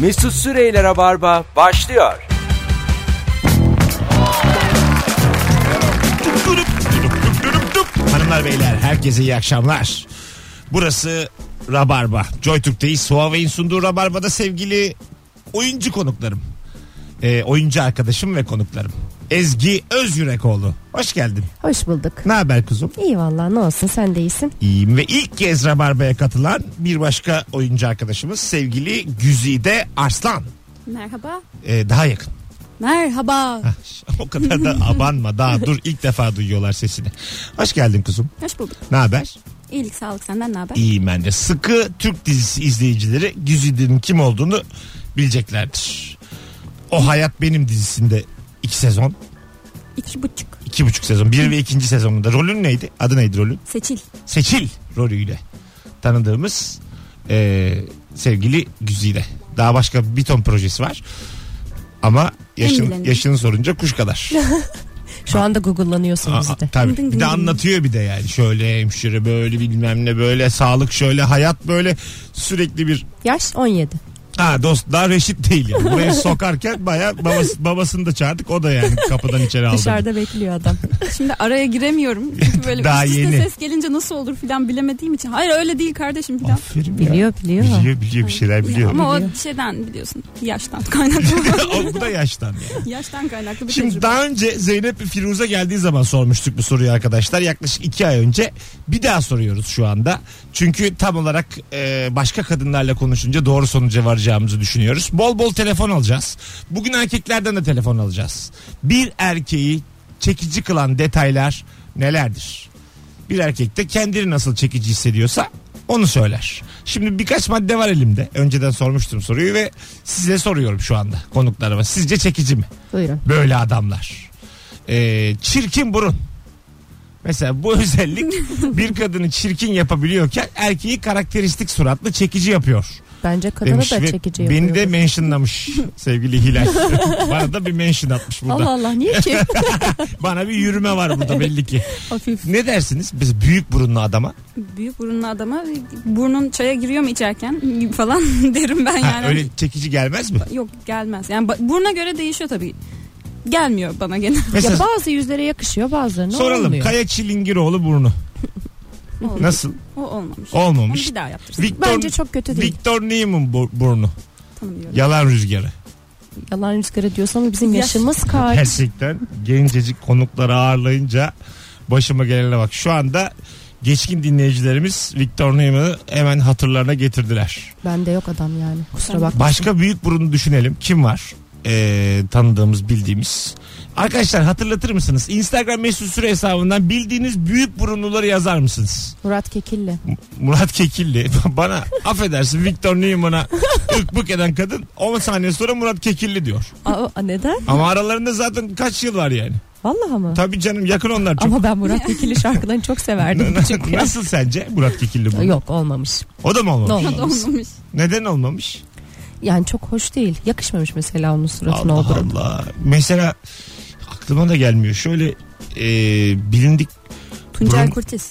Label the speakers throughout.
Speaker 1: Mesut Süreyle Rabarba başlıyor.
Speaker 2: Durup, durup, durup, durup, durup. Hanımlar beyler herkese iyi akşamlar. Burası Rabarba. JoyTürk'teyiz. Huawei'in sunduğu Rabarba'da sevgili oyuncu konuklarım. Ee, oyuncu arkadaşım ve konuklarım. Ezgi Özyürekoğlu. Hoş geldin.
Speaker 3: Hoş bulduk.
Speaker 2: Ne haber kuzum?
Speaker 3: İyi valla ne olsun sen de iyisin.
Speaker 2: İyiyim ve ilk kez Rabarba'ya katılan bir başka oyuncu arkadaşımız sevgili Güzide Arslan.
Speaker 4: Merhaba.
Speaker 2: Ee, daha yakın.
Speaker 4: Merhaba.
Speaker 2: o kadar da abanma daha dur ilk defa duyuyorlar sesini. Hoş geldin kuzum.
Speaker 4: Hoş bulduk.
Speaker 2: Ne haber?
Speaker 4: İyilik sağlık senden ne haber?
Speaker 2: İyiyim ben de. Sıkı Türk dizisi izleyicileri Güzide'nin kim olduğunu bileceklerdir. O Hayat Benim dizisinde iki sezon,
Speaker 4: İki buçuk.
Speaker 2: iki buçuk sezon, bir ve ikinci sezonunda rolün neydi? Adı neydi rolün?
Speaker 4: Seçil.
Speaker 2: Seçil rolüyle tanıdığımız eee, sevgili Güzide. Daha başka bir ton projesi var. Ama yaşın,
Speaker 4: bilineni.
Speaker 2: yaşını sorunca kuş kadar.
Speaker 3: Şu anda Google'lanıyorsun
Speaker 2: Aa,
Speaker 3: bizi de.
Speaker 2: Tabii.
Speaker 4: Dın dın
Speaker 2: Bir de
Speaker 4: dın.
Speaker 2: anlatıyor bir de yani. Şöyle hemşire böyle bilmem ne böyle sağlık şöyle hayat böyle sürekli bir
Speaker 3: Yaş 17.
Speaker 2: Ha dost daha reşit değil yani. Buraya sokarken baya babası, babasını da çağırdık. O da yani kapıdan içeri aldı.
Speaker 3: Dışarıda bekliyor adam.
Speaker 4: Şimdi araya giremiyorum. Çünkü böyle
Speaker 2: Daha
Speaker 4: üst üste
Speaker 2: yeni.
Speaker 4: ses gelince nasıl olur filan bilemediğim için. Hayır öyle değil kardeşim filan.
Speaker 2: Aferin ya.
Speaker 3: Biliyor biliyor.
Speaker 2: Biliyor biliyor bir şeyler biliyor.
Speaker 4: Ama
Speaker 3: Biliyor.
Speaker 4: o şeyden biliyorsun. Yaştan kaynaklı.
Speaker 2: o, bu da yaştan yani.
Speaker 4: Yaştan kaynaklı bir
Speaker 2: Şimdi
Speaker 4: tecrübe.
Speaker 2: daha önce Zeynep ve Firuze geldiği zaman sormuştuk bu soruyu arkadaşlar. Yaklaşık iki ay önce. Bir daha soruyoruz şu anda. Çünkü tam olarak e, başka kadınlarla konuşunca doğru sonuca varacağımızı düşünüyoruz. Bol bol telefon alacağız. Bugün erkeklerden de telefon alacağız. Bir erkeği çekici kılan detaylar nelerdir? Bir erkek de kendini nasıl çekici hissediyorsa onu söyler. Şimdi birkaç madde var elimde. Önceden sormuştum soruyu ve size soruyorum şu anda konuklarıma. Sizce çekici mi?
Speaker 3: Buyurun.
Speaker 2: böyle adamlar. Ee, çirkin burun. Mesela bu özellik bir kadını çirkin yapabiliyorken erkeği karakteristik suratlı çekici yapıyor.
Speaker 3: Bence kadına
Speaker 2: Demiş
Speaker 3: da
Speaker 2: ve
Speaker 3: çekici
Speaker 2: Beni de
Speaker 3: yapıyor.
Speaker 2: mentionlamış sevgili Hilal. Bana da bir mention atmış burada.
Speaker 3: Allah Allah niye ki?
Speaker 2: Bana bir yürüme var burada belli ki.
Speaker 3: Hafif.
Speaker 2: Ne dersiniz biz büyük burunlu adama?
Speaker 4: Büyük burunlu adama burnun çaya giriyor mu içerken falan derim ben
Speaker 2: Ha,
Speaker 3: hani-
Speaker 4: yani.
Speaker 2: öyle çekici gelmez mi?
Speaker 4: Yok gelmez. Yani ba- buruna göre değişiyor tabii. Gelmiyor bana gene.
Speaker 2: Mesela
Speaker 3: Ya bazı yüzlere yakışıyor bazılarına
Speaker 2: soralım
Speaker 3: olmuyor.
Speaker 2: Kaya Çilingiroğlu burnu.
Speaker 4: Olmamış.
Speaker 2: Nasıl?
Speaker 4: O olmamış. Onu
Speaker 2: Olmamış.
Speaker 4: bir daha yaptırsın.
Speaker 2: Victor,
Speaker 3: Bence çok kötü değil.
Speaker 2: Victor Neyman bu- burnu.
Speaker 4: Tanımıyorum.
Speaker 2: Yalan rüzgarı.
Speaker 3: Yalan rüzgarı diyorsan bizim
Speaker 4: Yaş-
Speaker 3: yaşımız kaç?
Speaker 2: Gerçekten gencecik konukları ağırlayınca başıma gelene bak. Şu anda geçkin dinleyicilerimiz Victor Neyman'ı hemen hatırlarına getirdiler.
Speaker 3: Bende yok adam yani. Kusura
Speaker 4: Tamam.
Speaker 3: bakma.
Speaker 2: Başka büyük burunu düşünelim. Kim var? Ee, tanıdığımız bildiğimiz. Arkadaşlar hatırlatır mısınız? Instagram mesut süre hesabından bildiğiniz büyük burunluları yazar mısınız?
Speaker 3: Murat Kekilli.
Speaker 2: M- Murat Kekilli bana affedersin Victor Neyman'a ık bık eden kadın 10 saniye sonra Murat Kekilli diyor.
Speaker 3: Aa, aa, neden?
Speaker 2: Ama aralarında zaten kaç yıl var yani.
Speaker 3: Vallahi mı?
Speaker 2: Tabii canım yakın onlar çok.
Speaker 3: Ama ben Murat Kekilli şarkılarını çok severdim küçük ya.
Speaker 2: Nasıl sence Murat Kekilli bu?
Speaker 3: Yok olmamış.
Speaker 2: O da mı olmamış?
Speaker 3: Olmadı.
Speaker 4: Olmamış.
Speaker 2: Neden olmamış?
Speaker 3: Yani çok hoş değil. Yakışmamış mesela onun suratına o
Speaker 2: Allah
Speaker 3: burun.
Speaker 2: Allah. Mesela aklıma da gelmiyor. Şöyle e, bilindik
Speaker 4: Tuncel
Speaker 2: Burun-
Speaker 4: Kurtiz.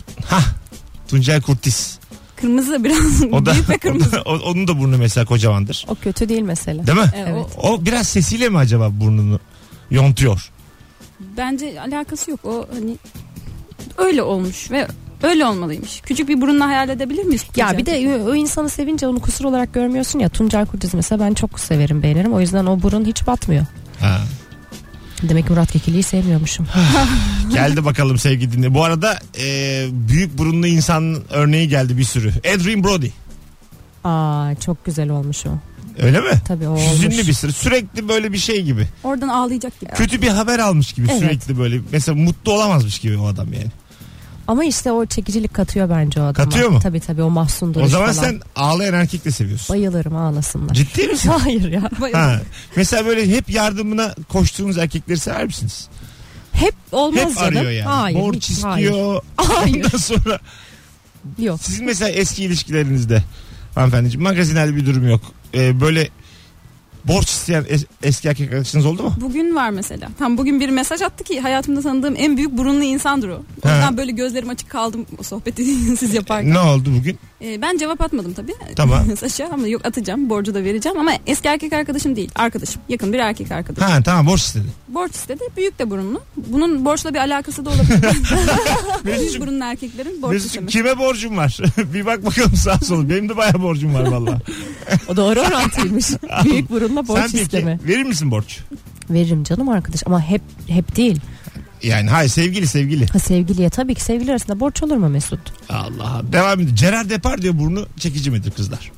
Speaker 2: Tuncel Kurtiz.
Speaker 4: Kırmızı biraz
Speaker 2: O da,
Speaker 4: büyük ve
Speaker 2: o
Speaker 4: kırmızı.
Speaker 2: da- o- onun da burnu mesela kocamandır.
Speaker 3: O kötü değil mesela.
Speaker 2: Değil mi?
Speaker 4: E,
Speaker 3: Evet.
Speaker 4: o,
Speaker 2: O biraz sesiyle mi acaba burnunu yontuyor?
Speaker 4: bence alakası yok. O hani öyle olmuş ve öyle olmalıymış. Küçük bir burunla hayal edebilir miyiz?
Speaker 3: Ya bir de o- o insanı sevince onu kusur olarak görmüyorsun ya. Tuncel Kurtiz mesela ben çok severim beğenirim. O yüzden o burun hiç batmıyor.
Speaker 2: Ha.
Speaker 3: Demek ki Murat Kekilli'yi sevmiyormuşum.
Speaker 2: Geldi bakalım sevgili dinle. Bu arada e, büyük burunlu insan örneği geldi bir sürü. Adrian Brody.
Speaker 3: Aa çok güzel olmuş o.
Speaker 2: Öyle mi?
Speaker 3: Tabii o olmuş.
Speaker 2: Hüzünlü bir sürü. Sürekli böyle bir şey gibi.
Speaker 4: Oradan ağlayacak gibi.
Speaker 2: kötü bir haber almış gibi
Speaker 3: Evet.
Speaker 2: sürekli böyle. Mesela mutlu olamazmış gibi o adam yani.
Speaker 3: Ama işte o çekicilik katıyor bence o adama.
Speaker 2: Katıyor mu?
Speaker 3: Tabii tabii o mahzun duruş
Speaker 2: o zaman
Speaker 3: falan.
Speaker 2: sen ağlayan erkek de seviyorsun.
Speaker 3: Bayılırım ağlasınlar.
Speaker 2: Ciddi misin?
Speaker 3: Hayır ya.
Speaker 4: Bayıldım.
Speaker 2: ha. Mesela böyle hep yardımına koştuğunuz erkekleri sever misiniz?
Speaker 3: Hep olmaz
Speaker 2: hep
Speaker 3: canım.
Speaker 2: arıyor yani.
Speaker 3: Hayır.
Speaker 2: Borç
Speaker 3: hiç-
Speaker 2: istiyor.
Speaker 3: Hayır. hayır.
Speaker 2: Ondan sonra
Speaker 3: Yok.
Speaker 2: sizin mesela eski ilişkilerinizde hanımefendiciğim magazinel bir durum yok. Ee, böyle borç isteyen es- eski erkek arkadaşınız oldu mu?
Speaker 4: Bugün var mesela. Tam bugün bir mesaj attı ki hayatımda tanıdığım en büyük burunlu insandır o. O
Speaker 2: He.
Speaker 4: yüzden böyle gözlerim açık kaldım o sohbeti siz yaparken.
Speaker 2: Ne oldu bugün?
Speaker 4: Ee, ben cevap atmadım tabii.
Speaker 2: Tamam.
Speaker 4: Mesaja ama yok atacağım. Borcu da vereceğim ama eski erkek arkadaşım değil. Arkadaşım. Yakın bir erkek arkadaşım.
Speaker 2: Ha tamam borç istedi.
Speaker 4: Borç istedi. Büyük de burunlu. Bunun borçla bir alakası da olabilir. Büyük
Speaker 2: Mesut'cum
Speaker 4: burunlu erkeklerin borç
Speaker 2: Mesut'cum
Speaker 4: istemesi.
Speaker 2: kime borcum var? bir bak bakalım sağa sola. Benim de bayağı borcum var valla.
Speaker 3: O doğru orantıymış. Büyük burunla borç
Speaker 2: Sen peki
Speaker 3: isteme.
Speaker 2: verir misin borç?
Speaker 3: Veririm canım arkadaş ama hep hep değil.
Speaker 2: Yani hayır sevgili sevgili.
Speaker 3: Ha sevgiliye tabii ki sevgili arasında borç olur mu Mesut?
Speaker 2: Allah Devam edin. Gerard Depardieu burnu çekici midir kızlar?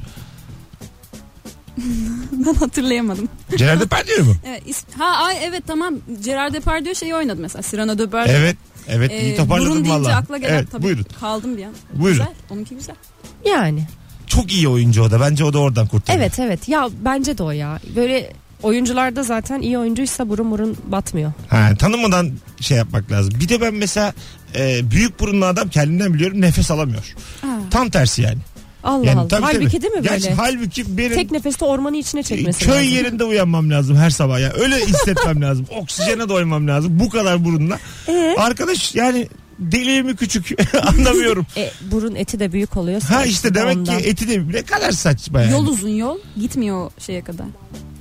Speaker 4: Ben hatırlayamadım.
Speaker 2: Gerard Depardieu mu?
Speaker 4: Evet, is- ha ay evet tamam. Gerard Depardieu şeyi oynadı mesela. Cyrano de Bergerac.
Speaker 2: Evet. Evet
Speaker 4: Ee,
Speaker 2: iyi toparladın
Speaker 4: burun
Speaker 2: valla.
Speaker 4: deyince akla gelen
Speaker 2: evet,
Speaker 4: tabii.
Speaker 2: Buyurun.
Speaker 4: Kaldım bir an.
Speaker 2: Buyurun.
Speaker 4: Güzel. Onunki güzel.
Speaker 3: Yani.
Speaker 2: Çok iyi oyuncu o da. Bence o da oradan kurtuldu.
Speaker 3: Evet evet ya bence de o ya. Böyle oyuncularda zaten iyi oyuncuysa burun burun batmıyor.
Speaker 2: Ha, tanımadan şey yapmak lazım. Bir de ben mesela e, büyük burunlu adam kendimden biliyorum nefes alamıyor.
Speaker 4: Aa.
Speaker 2: Tam tersi yani.
Speaker 3: Allah
Speaker 2: yani
Speaker 3: Allah.
Speaker 2: tabii,
Speaker 3: halbuki
Speaker 2: tabii.
Speaker 3: değil mi
Speaker 2: Gerçi
Speaker 3: böyle?
Speaker 2: halbuki benim
Speaker 3: Tek nefeste ormanı içine çekmesi
Speaker 2: köy
Speaker 3: lazım.
Speaker 2: yerinde uyanmam lazım her sabah ya. Öyle hissetmem lazım. Oksijene doymam lazım. Bu kadar burunla.
Speaker 3: Ee?
Speaker 2: Arkadaş yani deliği mi küçük anlamıyorum.
Speaker 3: E, burun eti de büyük oluyor.
Speaker 2: Ha
Speaker 3: saçı da
Speaker 2: işte demek
Speaker 3: ondan.
Speaker 2: ki eti de ne kadar saçma yani.
Speaker 4: Yol uzun yol. Gitmiyor o şeye kadar.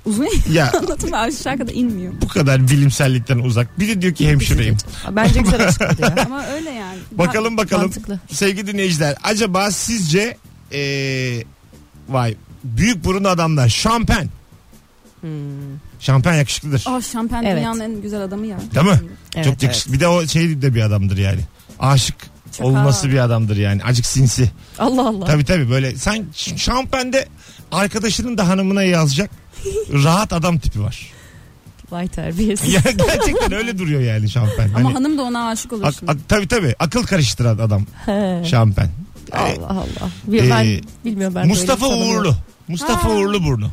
Speaker 4: Uzun
Speaker 2: Ya
Speaker 4: anlatım aşağı kadar inmiyor.
Speaker 2: bu kadar bilimsellikten uzak. Bir de diyor ki hemşireyim.
Speaker 3: Bence güzel açıkladı ya.
Speaker 4: Ama öyle yani.
Speaker 2: Bakalım bakalım.
Speaker 3: Mantıklı.
Speaker 2: Sevgili dinleyiciler acaba sizce ee, vay büyük burun adamlar şampen.
Speaker 3: Hmm.
Speaker 2: Şampen yakışıklıdır.
Speaker 4: Ah şampiyon
Speaker 3: Evet.
Speaker 4: dünyanın en güzel adamı ya.
Speaker 2: Değil mi?
Speaker 3: Evet,
Speaker 2: Çok yakışıklı. Bir de o şey de bir adamdır yani. Aşık
Speaker 4: Çok
Speaker 2: olması
Speaker 4: ağır.
Speaker 2: bir adamdır yani. Acık sinsi.
Speaker 3: evet. Allah Allah.
Speaker 2: Tabii tabii böyle sen ş- şampende arkadaşının da hanımına yazacak rahat adam tipi var.
Speaker 3: Vay terbiyesiz.
Speaker 2: Ya gerçekten öyle duruyor yani şampen.
Speaker 4: Ama
Speaker 2: Hani,
Speaker 4: hanım da ona aşık olur
Speaker 2: ak,
Speaker 4: şimdi.
Speaker 2: ak, tabii tabii akıl karıştıran adam
Speaker 3: He.
Speaker 2: şampen. Yani
Speaker 3: Allah Allah. Bir- Ben
Speaker 2: Ee,
Speaker 3: bilmiyorum ben.
Speaker 2: e, Mustafa
Speaker 3: böyle tanımıyorum.
Speaker 2: Uğurlu. Mustafa
Speaker 4: Ha.
Speaker 2: Uğurlu burnu.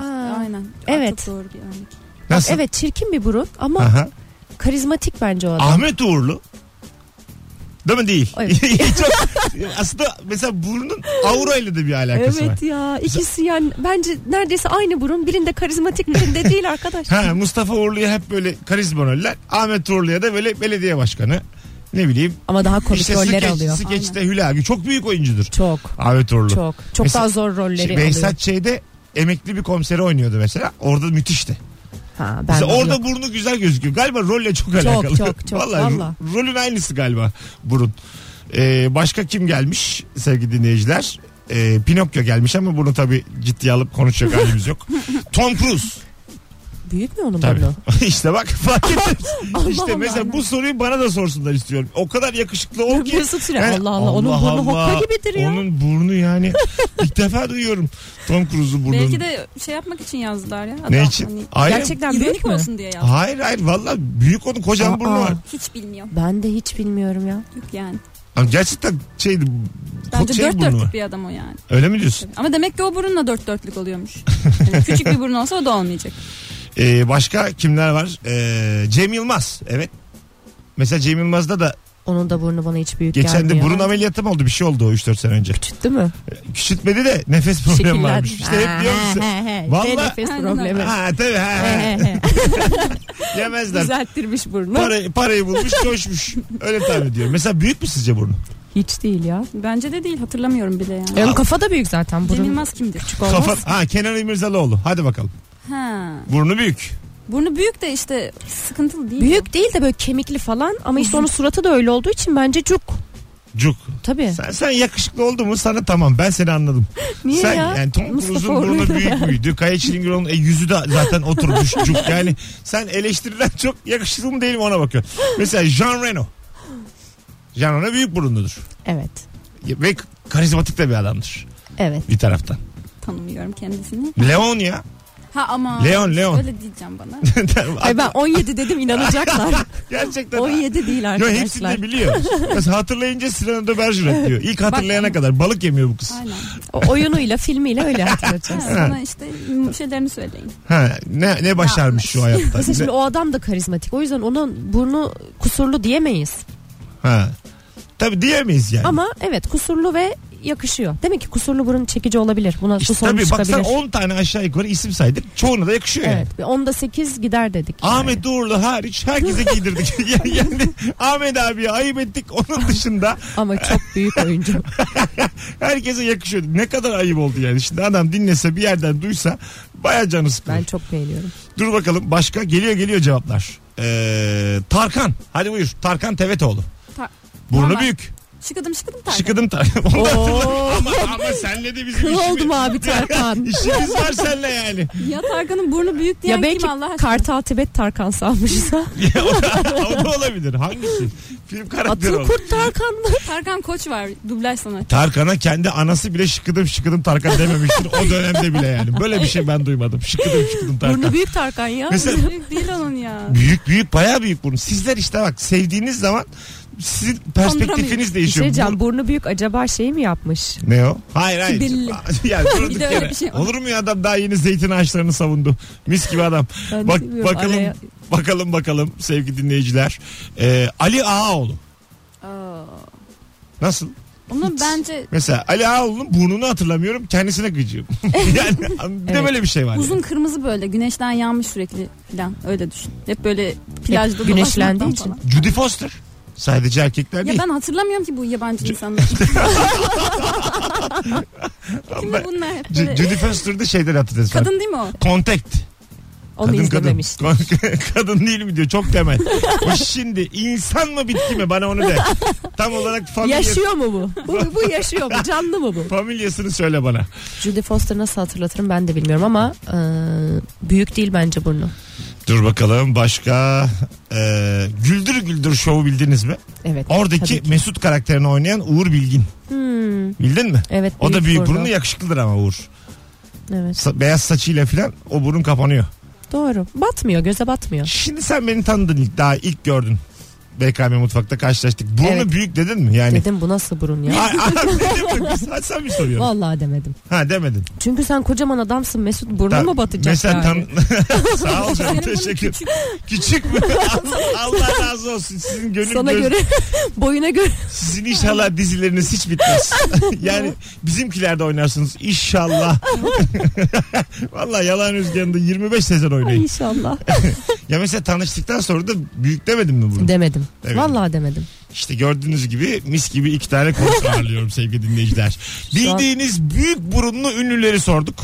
Speaker 3: Aa,
Speaker 4: Aynen.
Speaker 3: Evet.
Speaker 4: Çok doğru bir örnek.
Speaker 2: Nasıl?
Speaker 3: Evet çirkin bir burun ama
Speaker 2: Aha.
Speaker 3: karizmatik bence o adam.
Speaker 2: Ahmet Uğurlu. Değil mi değil?
Speaker 3: Evet.
Speaker 2: Çok- aslında mesela burnun aurayla da bir alakası var.
Speaker 3: Evet ya ikisi yani bence neredeyse aynı burun birinde karizmatik birinde değil arkadaş.
Speaker 2: Ha, Mustafa Uğurlu'ya hep böyle karizmanörler. Ahmet Uğurlu'ya da böyle belediye başkanı. Ne bileyim.
Speaker 3: Ama daha komik
Speaker 2: İşte
Speaker 3: roller
Speaker 2: skeç,
Speaker 3: alıyor.
Speaker 2: skeçte Hülya Avcı çok büyük oyuncudur.
Speaker 3: Çok
Speaker 2: Ahmet Uğurlu.
Speaker 3: çok çok
Speaker 2: Mesela-
Speaker 3: daha zor rolleri
Speaker 2: Şey,
Speaker 3: alıyor.
Speaker 2: Behzat Ç'de emekli bir komiseri oynuyordu mesela. Orada müthişti.
Speaker 3: Ha, ben
Speaker 2: Mesela
Speaker 3: de
Speaker 2: orada
Speaker 3: yok.
Speaker 2: burnu güzel gözüküyor. Galiba rolle çok, alakalı.
Speaker 3: çok, çok,
Speaker 2: Vallahi,
Speaker 3: valla.
Speaker 2: ro- rolün aynısı galiba burun. Ee, başka kim gelmiş sevgili dinleyiciler? Ee, Pinokyo gelmiş ama bunu tabii ciddiye alıp konuşacak halimiz yok. Tom Cruise.
Speaker 3: büyük mü onun
Speaker 2: Tabii.
Speaker 3: burnu?
Speaker 2: işte bak fark ettiniz.
Speaker 3: Allah
Speaker 2: işte
Speaker 3: Allah.
Speaker 2: mesela bu soruyu bana da sorsunlar istiyorum. O kadar yakışıklı ol ki.
Speaker 3: Mesut Süre.
Speaker 2: Yani
Speaker 3: Allah Allah. Onun
Speaker 2: Allah
Speaker 3: burnu
Speaker 2: Allah.
Speaker 3: hokka gibidir ya.
Speaker 2: Onun burnu yani ilk defa duyuyorum. Tom Cruise'un burnu.
Speaker 4: Belki de şey yapmak için yazdılar ya. Adam,
Speaker 2: ne için?
Speaker 4: Hani,
Speaker 2: hayır,
Speaker 3: Gerçekten büyük
Speaker 4: ironik
Speaker 3: mü?
Speaker 4: olsun diye yazdılar.
Speaker 2: hayır hayır valla büyük onun kocaman
Speaker 3: Aa,
Speaker 2: burnu var.
Speaker 4: Hiç bilmiyorum.
Speaker 3: Ben de hiç bilmiyorum ya.
Speaker 4: Yok yani.
Speaker 2: Ama gerçekten şeydi.
Speaker 4: Bence
Speaker 2: şey
Speaker 4: dört
Speaker 2: burnu
Speaker 4: dörtlük
Speaker 2: var.
Speaker 4: bir adam o yani.
Speaker 2: Öyle mi diyorsun?
Speaker 4: Ama demek ki o burunla dört dörtlük oluyormuş. Yani küçük bir burun olsa o da olmayacak.
Speaker 2: Ee, başka kimler var? Ee, Cem Yılmaz. Evet. Mesela Cem Yılmaz'da da
Speaker 3: Onun da burnu bana hiç büyük
Speaker 2: geçen de
Speaker 3: gelmiyor.
Speaker 2: burun ameliyatı mı oldu? Bir şey oldu o 3-4 sene önce.
Speaker 3: Küçülttü mü?
Speaker 2: Küçültmedi de nefes problemi varmış. İşte hep diyor musun? Vallahi-
Speaker 3: Vallahi. Nefes
Speaker 4: Aynen
Speaker 3: problemi.
Speaker 4: öyle.
Speaker 2: Ha tabii ha. ha.
Speaker 3: He, he, he.
Speaker 2: Yemezler.
Speaker 3: Düzelttirmiş burnu.
Speaker 2: Parayı, parayı bulmuş coşmuş. Öyle tahmin ediyorum. Mesela büyük mü sizce burnu?
Speaker 3: Hiç değil ya.
Speaker 4: Bence de değil hatırlamıyorum bile yani.
Speaker 3: Onun kafa da büyük zaten.
Speaker 4: Cem
Speaker 3: Burun
Speaker 4: Yılmaz kimdir?
Speaker 3: küçük olmaz.
Speaker 2: Kafa, ha Kenan İmirzalıoğlu. Hadi bakalım.
Speaker 4: Ha.
Speaker 2: Burnu büyük.
Speaker 4: Burnu büyük de işte sıkıntılı değil. mi?
Speaker 3: Büyük değil de böyle kemikli falan ama işte onun suratı da öyle olduğu için bence cuk.
Speaker 2: Cuk.
Speaker 3: Tabii.
Speaker 2: Sen, sen yakışıklı oldu mu sana tamam ben seni anladım.
Speaker 3: Niye
Speaker 2: sen
Speaker 3: ya?
Speaker 2: yani Tom
Speaker 3: Mustafa
Speaker 2: Cruise'un burnu
Speaker 3: Uğurlu.
Speaker 2: büyük müydü? Kaya Çilingiroğlu'nun e, yüzü de zaten oturmuş cuk. Yani sen eleştirilen çok yakışıklı mı değil mi ona bakıyorsun. Mesela Jean Reno. Jean Reno büyük burunludur.
Speaker 3: Evet.
Speaker 2: Ve karizmatik de bir adamdır
Speaker 3: Evet.
Speaker 2: bir taraftan.
Speaker 4: Tanımıyorum kendisini.
Speaker 2: Leon ya.
Speaker 4: Ha ama.
Speaker 2: Leon, Leon.
Speaker 4: Öyle diyeceğim bana.
Speaker 3: Ay ben 17 dedim inanacaklar.
Speaker 2: Gerçekten.
Speaker 3: 17 değil
Speaker 2: Yo hepsini
Speaker 3: arkadaşlar.
Speaker 2: de biliyor. Mesela hatırlayınca Sinan de Bergerac diyor. İlk hatırlayana kadar balık yemiyor bu kız.
Speaker 4: Aynen.
Speaker 3: O oyunuyla filmiyle öyle
Speaker 4: Ha,
Speaker 3: hatırlatacağız.
Speaker 4: sana işte şeylerini söyleyin.
Speaker 2: Ha, ne ne başarmış şu hayatta.
Speaker 3: Mesela şimdi
Speaker 2: Ne-
Speaker 3: o adam da karizmatik. O yüzden onun burnu kusurlu diyemeyiz.
Speaker 2: ha. Tabii diyemeyiz yani.
Speaker 3: Ama evet kusurlu ve yakışıyor. Demek ki kusurlu burun çekici olabilir. Buna
Speaker 2: İşte
Speaker 3: bu sorun
Speaker 2: tabii bak
Speaker 3: çıkabilir.
Speaker 2: sen 10 tane aşağı yukarı isim saydın. Çoğuna da yakışıyor yani.
Speaker 3: Evet. Onda 8 gider dedik.
Speaker 2: Ahmet Uğurlu hariç herkese giydirdik. yani Ahmet abiye ayıp ettik. Onun dışında
Speaker 3: Ama çok büyük oyuncu.
Speaker 2: herkese yakışıyor. Ne kadar ayıp oldu yani. Şimdi adam dinlese bir yerden duysa baya canı sıkılır.
Speaker 3: ben çok beğeniyorum.
Speaker 2: Dur bakalım başka geliyor geliyor cevaplar. Ee, Tarkan. Hadi buyur. Tarkan Tevetoğlu.
Speaker 4: Ta-
Speaker 2: Burnu
Speaker 4: Tamam.
Speaker 2: büyük.
Speaker 4: Şıkıdım şıkıdım Tarkan.
Speaker 2: Şıkıdım Tarkan. Onu da hatırladım.
Speaker 3: Oo.
Speaker 2: ama, ama senle de bizim
Speaker 3: Kıl
Speaker 2: işimiz-
Speaker 3: oldum abi Tarkan.
Speaker 2: İşimiz var senle yani.
Speaker 4: Ya Tarkan'ın burnu büyük diyen
Speaker 3: ya belki
Speaker 4: kim Allah aşkına?
Speaker 3: Kartal Tibet Tarkan sanmışsa.
Speaker 2: Ya o, da, o da olabilir. Hangisi? Film karakteri
Speaker 3: Atıl
Speaker 2: oldu.
Speaker 3: Kurt Tarkan mı?
Speaker 4: Tarkan Koç var dublaj sanatçı.
Speaker 2: Tarkan'a kendi anası bile şıkıdım şıkıdım Tarkan dememiştir. O dönemde bile yani. Böyle bir şey ben duymadım. Şıkıdım şıkıdım Tarkan.
Speaker 3: Burnu büyük Tarkan ya.
Speaker 2: Mesela
Speaker 4: Büyük değil onun ya.
Speaker 2: büyük büyük bayağı büyük burun. Sizler işte bak sevdiğiniz zaman sizin perspektifiniz
Speaker 3: Bir şey
Speaker 2: değişiyor.
Speaker 3: diyeceğim,
Speaker 2: Bu-
Speaker 3: burnu büyük acaba şey mi yapmış?
Speaker 2: Ne o? Hayır hayır.
Speaker 4: Kibirli.
Speaker 2: yani durduk
Speaker 4: Bir de öyle
Speaker 2: yere.
Speaker 4: bir şey var.
Speaker 2: Olur mu ya adam daha yeni zeytin ağaçlarını savundu. Mis gibi adam.
Speaker 3: Ben
Speaker 2: Bak,
Speaker 3: bilmiyorum,
Speaker 2: bakalım
Speaker 3: araya-
Speaker 2: bakalım bakalım sevgili dinleyiciler. Ee, Ali Ağaoğlu.
Speaker 4: Aa,
Speaker 2: Nasıl?
Speaker 4: Onu bence
Speaker 2: Mesela Ali Ağaoğlu'nun burnunu hatırlamıyorum. Kendisine gıcığım. yani bir de
Speaker 3: Evet.
Speaker 2: böyle bir şey var.
Speaker 4: uzun kırmızı böyle güneşten yanmış sürekli falan öyle düşün. Hep böyle plajda dolaşmaktan
Speaker 3: güneşlendiği
Speaker 4: falan.
Speaker 3: için.
Speaker 2: Judy Foster. Sadece erkekler
Speaker 4: Ya
Speaker 2: değil.
Speaker 4: ben hatırlamıyorum ki bu yabancı insanları. Kimi bunlar hep
Speaker 2: Ju-
Speaker 4: böyle.
Speaker 2: Judy Foster'da şeyden hatırlıyorsun.
Speaker 4: Kadın değil mi o?
Speaker 2: Contact.
Speaker 3: Onu izlememiş.
Speaker 2: Kadın. kadın değil mi diyor çok temel. O şimdi insan mı bitki mi bana onu de. Tam olarak familyası,
Speaker 3: Yaşıyor mu bu? bu? Bu yaşıyor mu? Canlı mı bu?
Speaker 2: familyasını söyle bana.
Speaker 3: Judy Foster nasıl hatırlatırım ben de bilmiyorum ama e, büyük değil bence burnu.
Speaker 2: Dur bakalım başka. Ee, güldür güldür şovu bildiniz mi?
Speaker 3: Evet.
Speaker 2: Oradaki
Speaker 3: tabii ki.
Speaker 2: Mesut karakterini oynayan Uğur Bilgin.
Speaker 3: Hmm,
Speaker 2: Bildin mi?
Speaker 3: evet.
Speaker 2: O da büyük burunlu yakışıklıdır ama Uğur.
Speaker 3: Evet.
Speaker 2: Sa- beyaz saçıyla filan o burun kapanıyor.
Speaker 3: Doğru. Batmıyor, göze batmıyor.
Speaker 2: Şimdi sen beni tanıdın ilk daha ilk gördün. BKM mutfakta karşılaştık. Burnu
Speaker 3: Evet.
Speaker 2: büyük dedin mi? Yani.
Speaker 3: Dedim bu nasıl burun ya?
Speaker 2: Ay, ay, dedim mi? Sen- Sen mi soruyorsun?
Speaker 3: Vallahi demedim.
Speaker 2: Ha demedin.
Speaker 3: Çünkü sen kocaman adamsın Mesut burnun
Speaker 2: Ta-
Speaker 3: mu batacak
Speaker 2: Mesela
Speaker 3: yani?
Speaker 2: tan- Sağ ol canım
Speaker 4: Senin bunun
Speaker 2: teşekkür.
Speaker 4: küçük-
Speaker 2: Küçük mü? Allah- Allah razı olsun. Sizin gönül
Speaker 3: Sana
Speaker 2: göz-
Speaker 3: göre boyuna göre
Speaker 2: Sizin inşallah dizileriniz hiç bitmez. yani bizimkilerde oynarsınız inşallah. Vallahi yalan rüzgarında 25 sezon oynayın.
Speaker 3: inşallah.
Speaker 2: Ya mesela tanıştıktan sonra da büyük demedim mi bunu?
Speaker 3: Demedim.
Speaker 2: Evet.
Speaker 3: Vallahi demedim.
Speaker 2: İşte gördüğünüz gibi mis gibi iki tane konuk ağırlıyorum sevgili dinleyiciler.
Speaker 3: an-
Speaker 2: Bildiğiniz büyük burunlu ünlüleri sorduk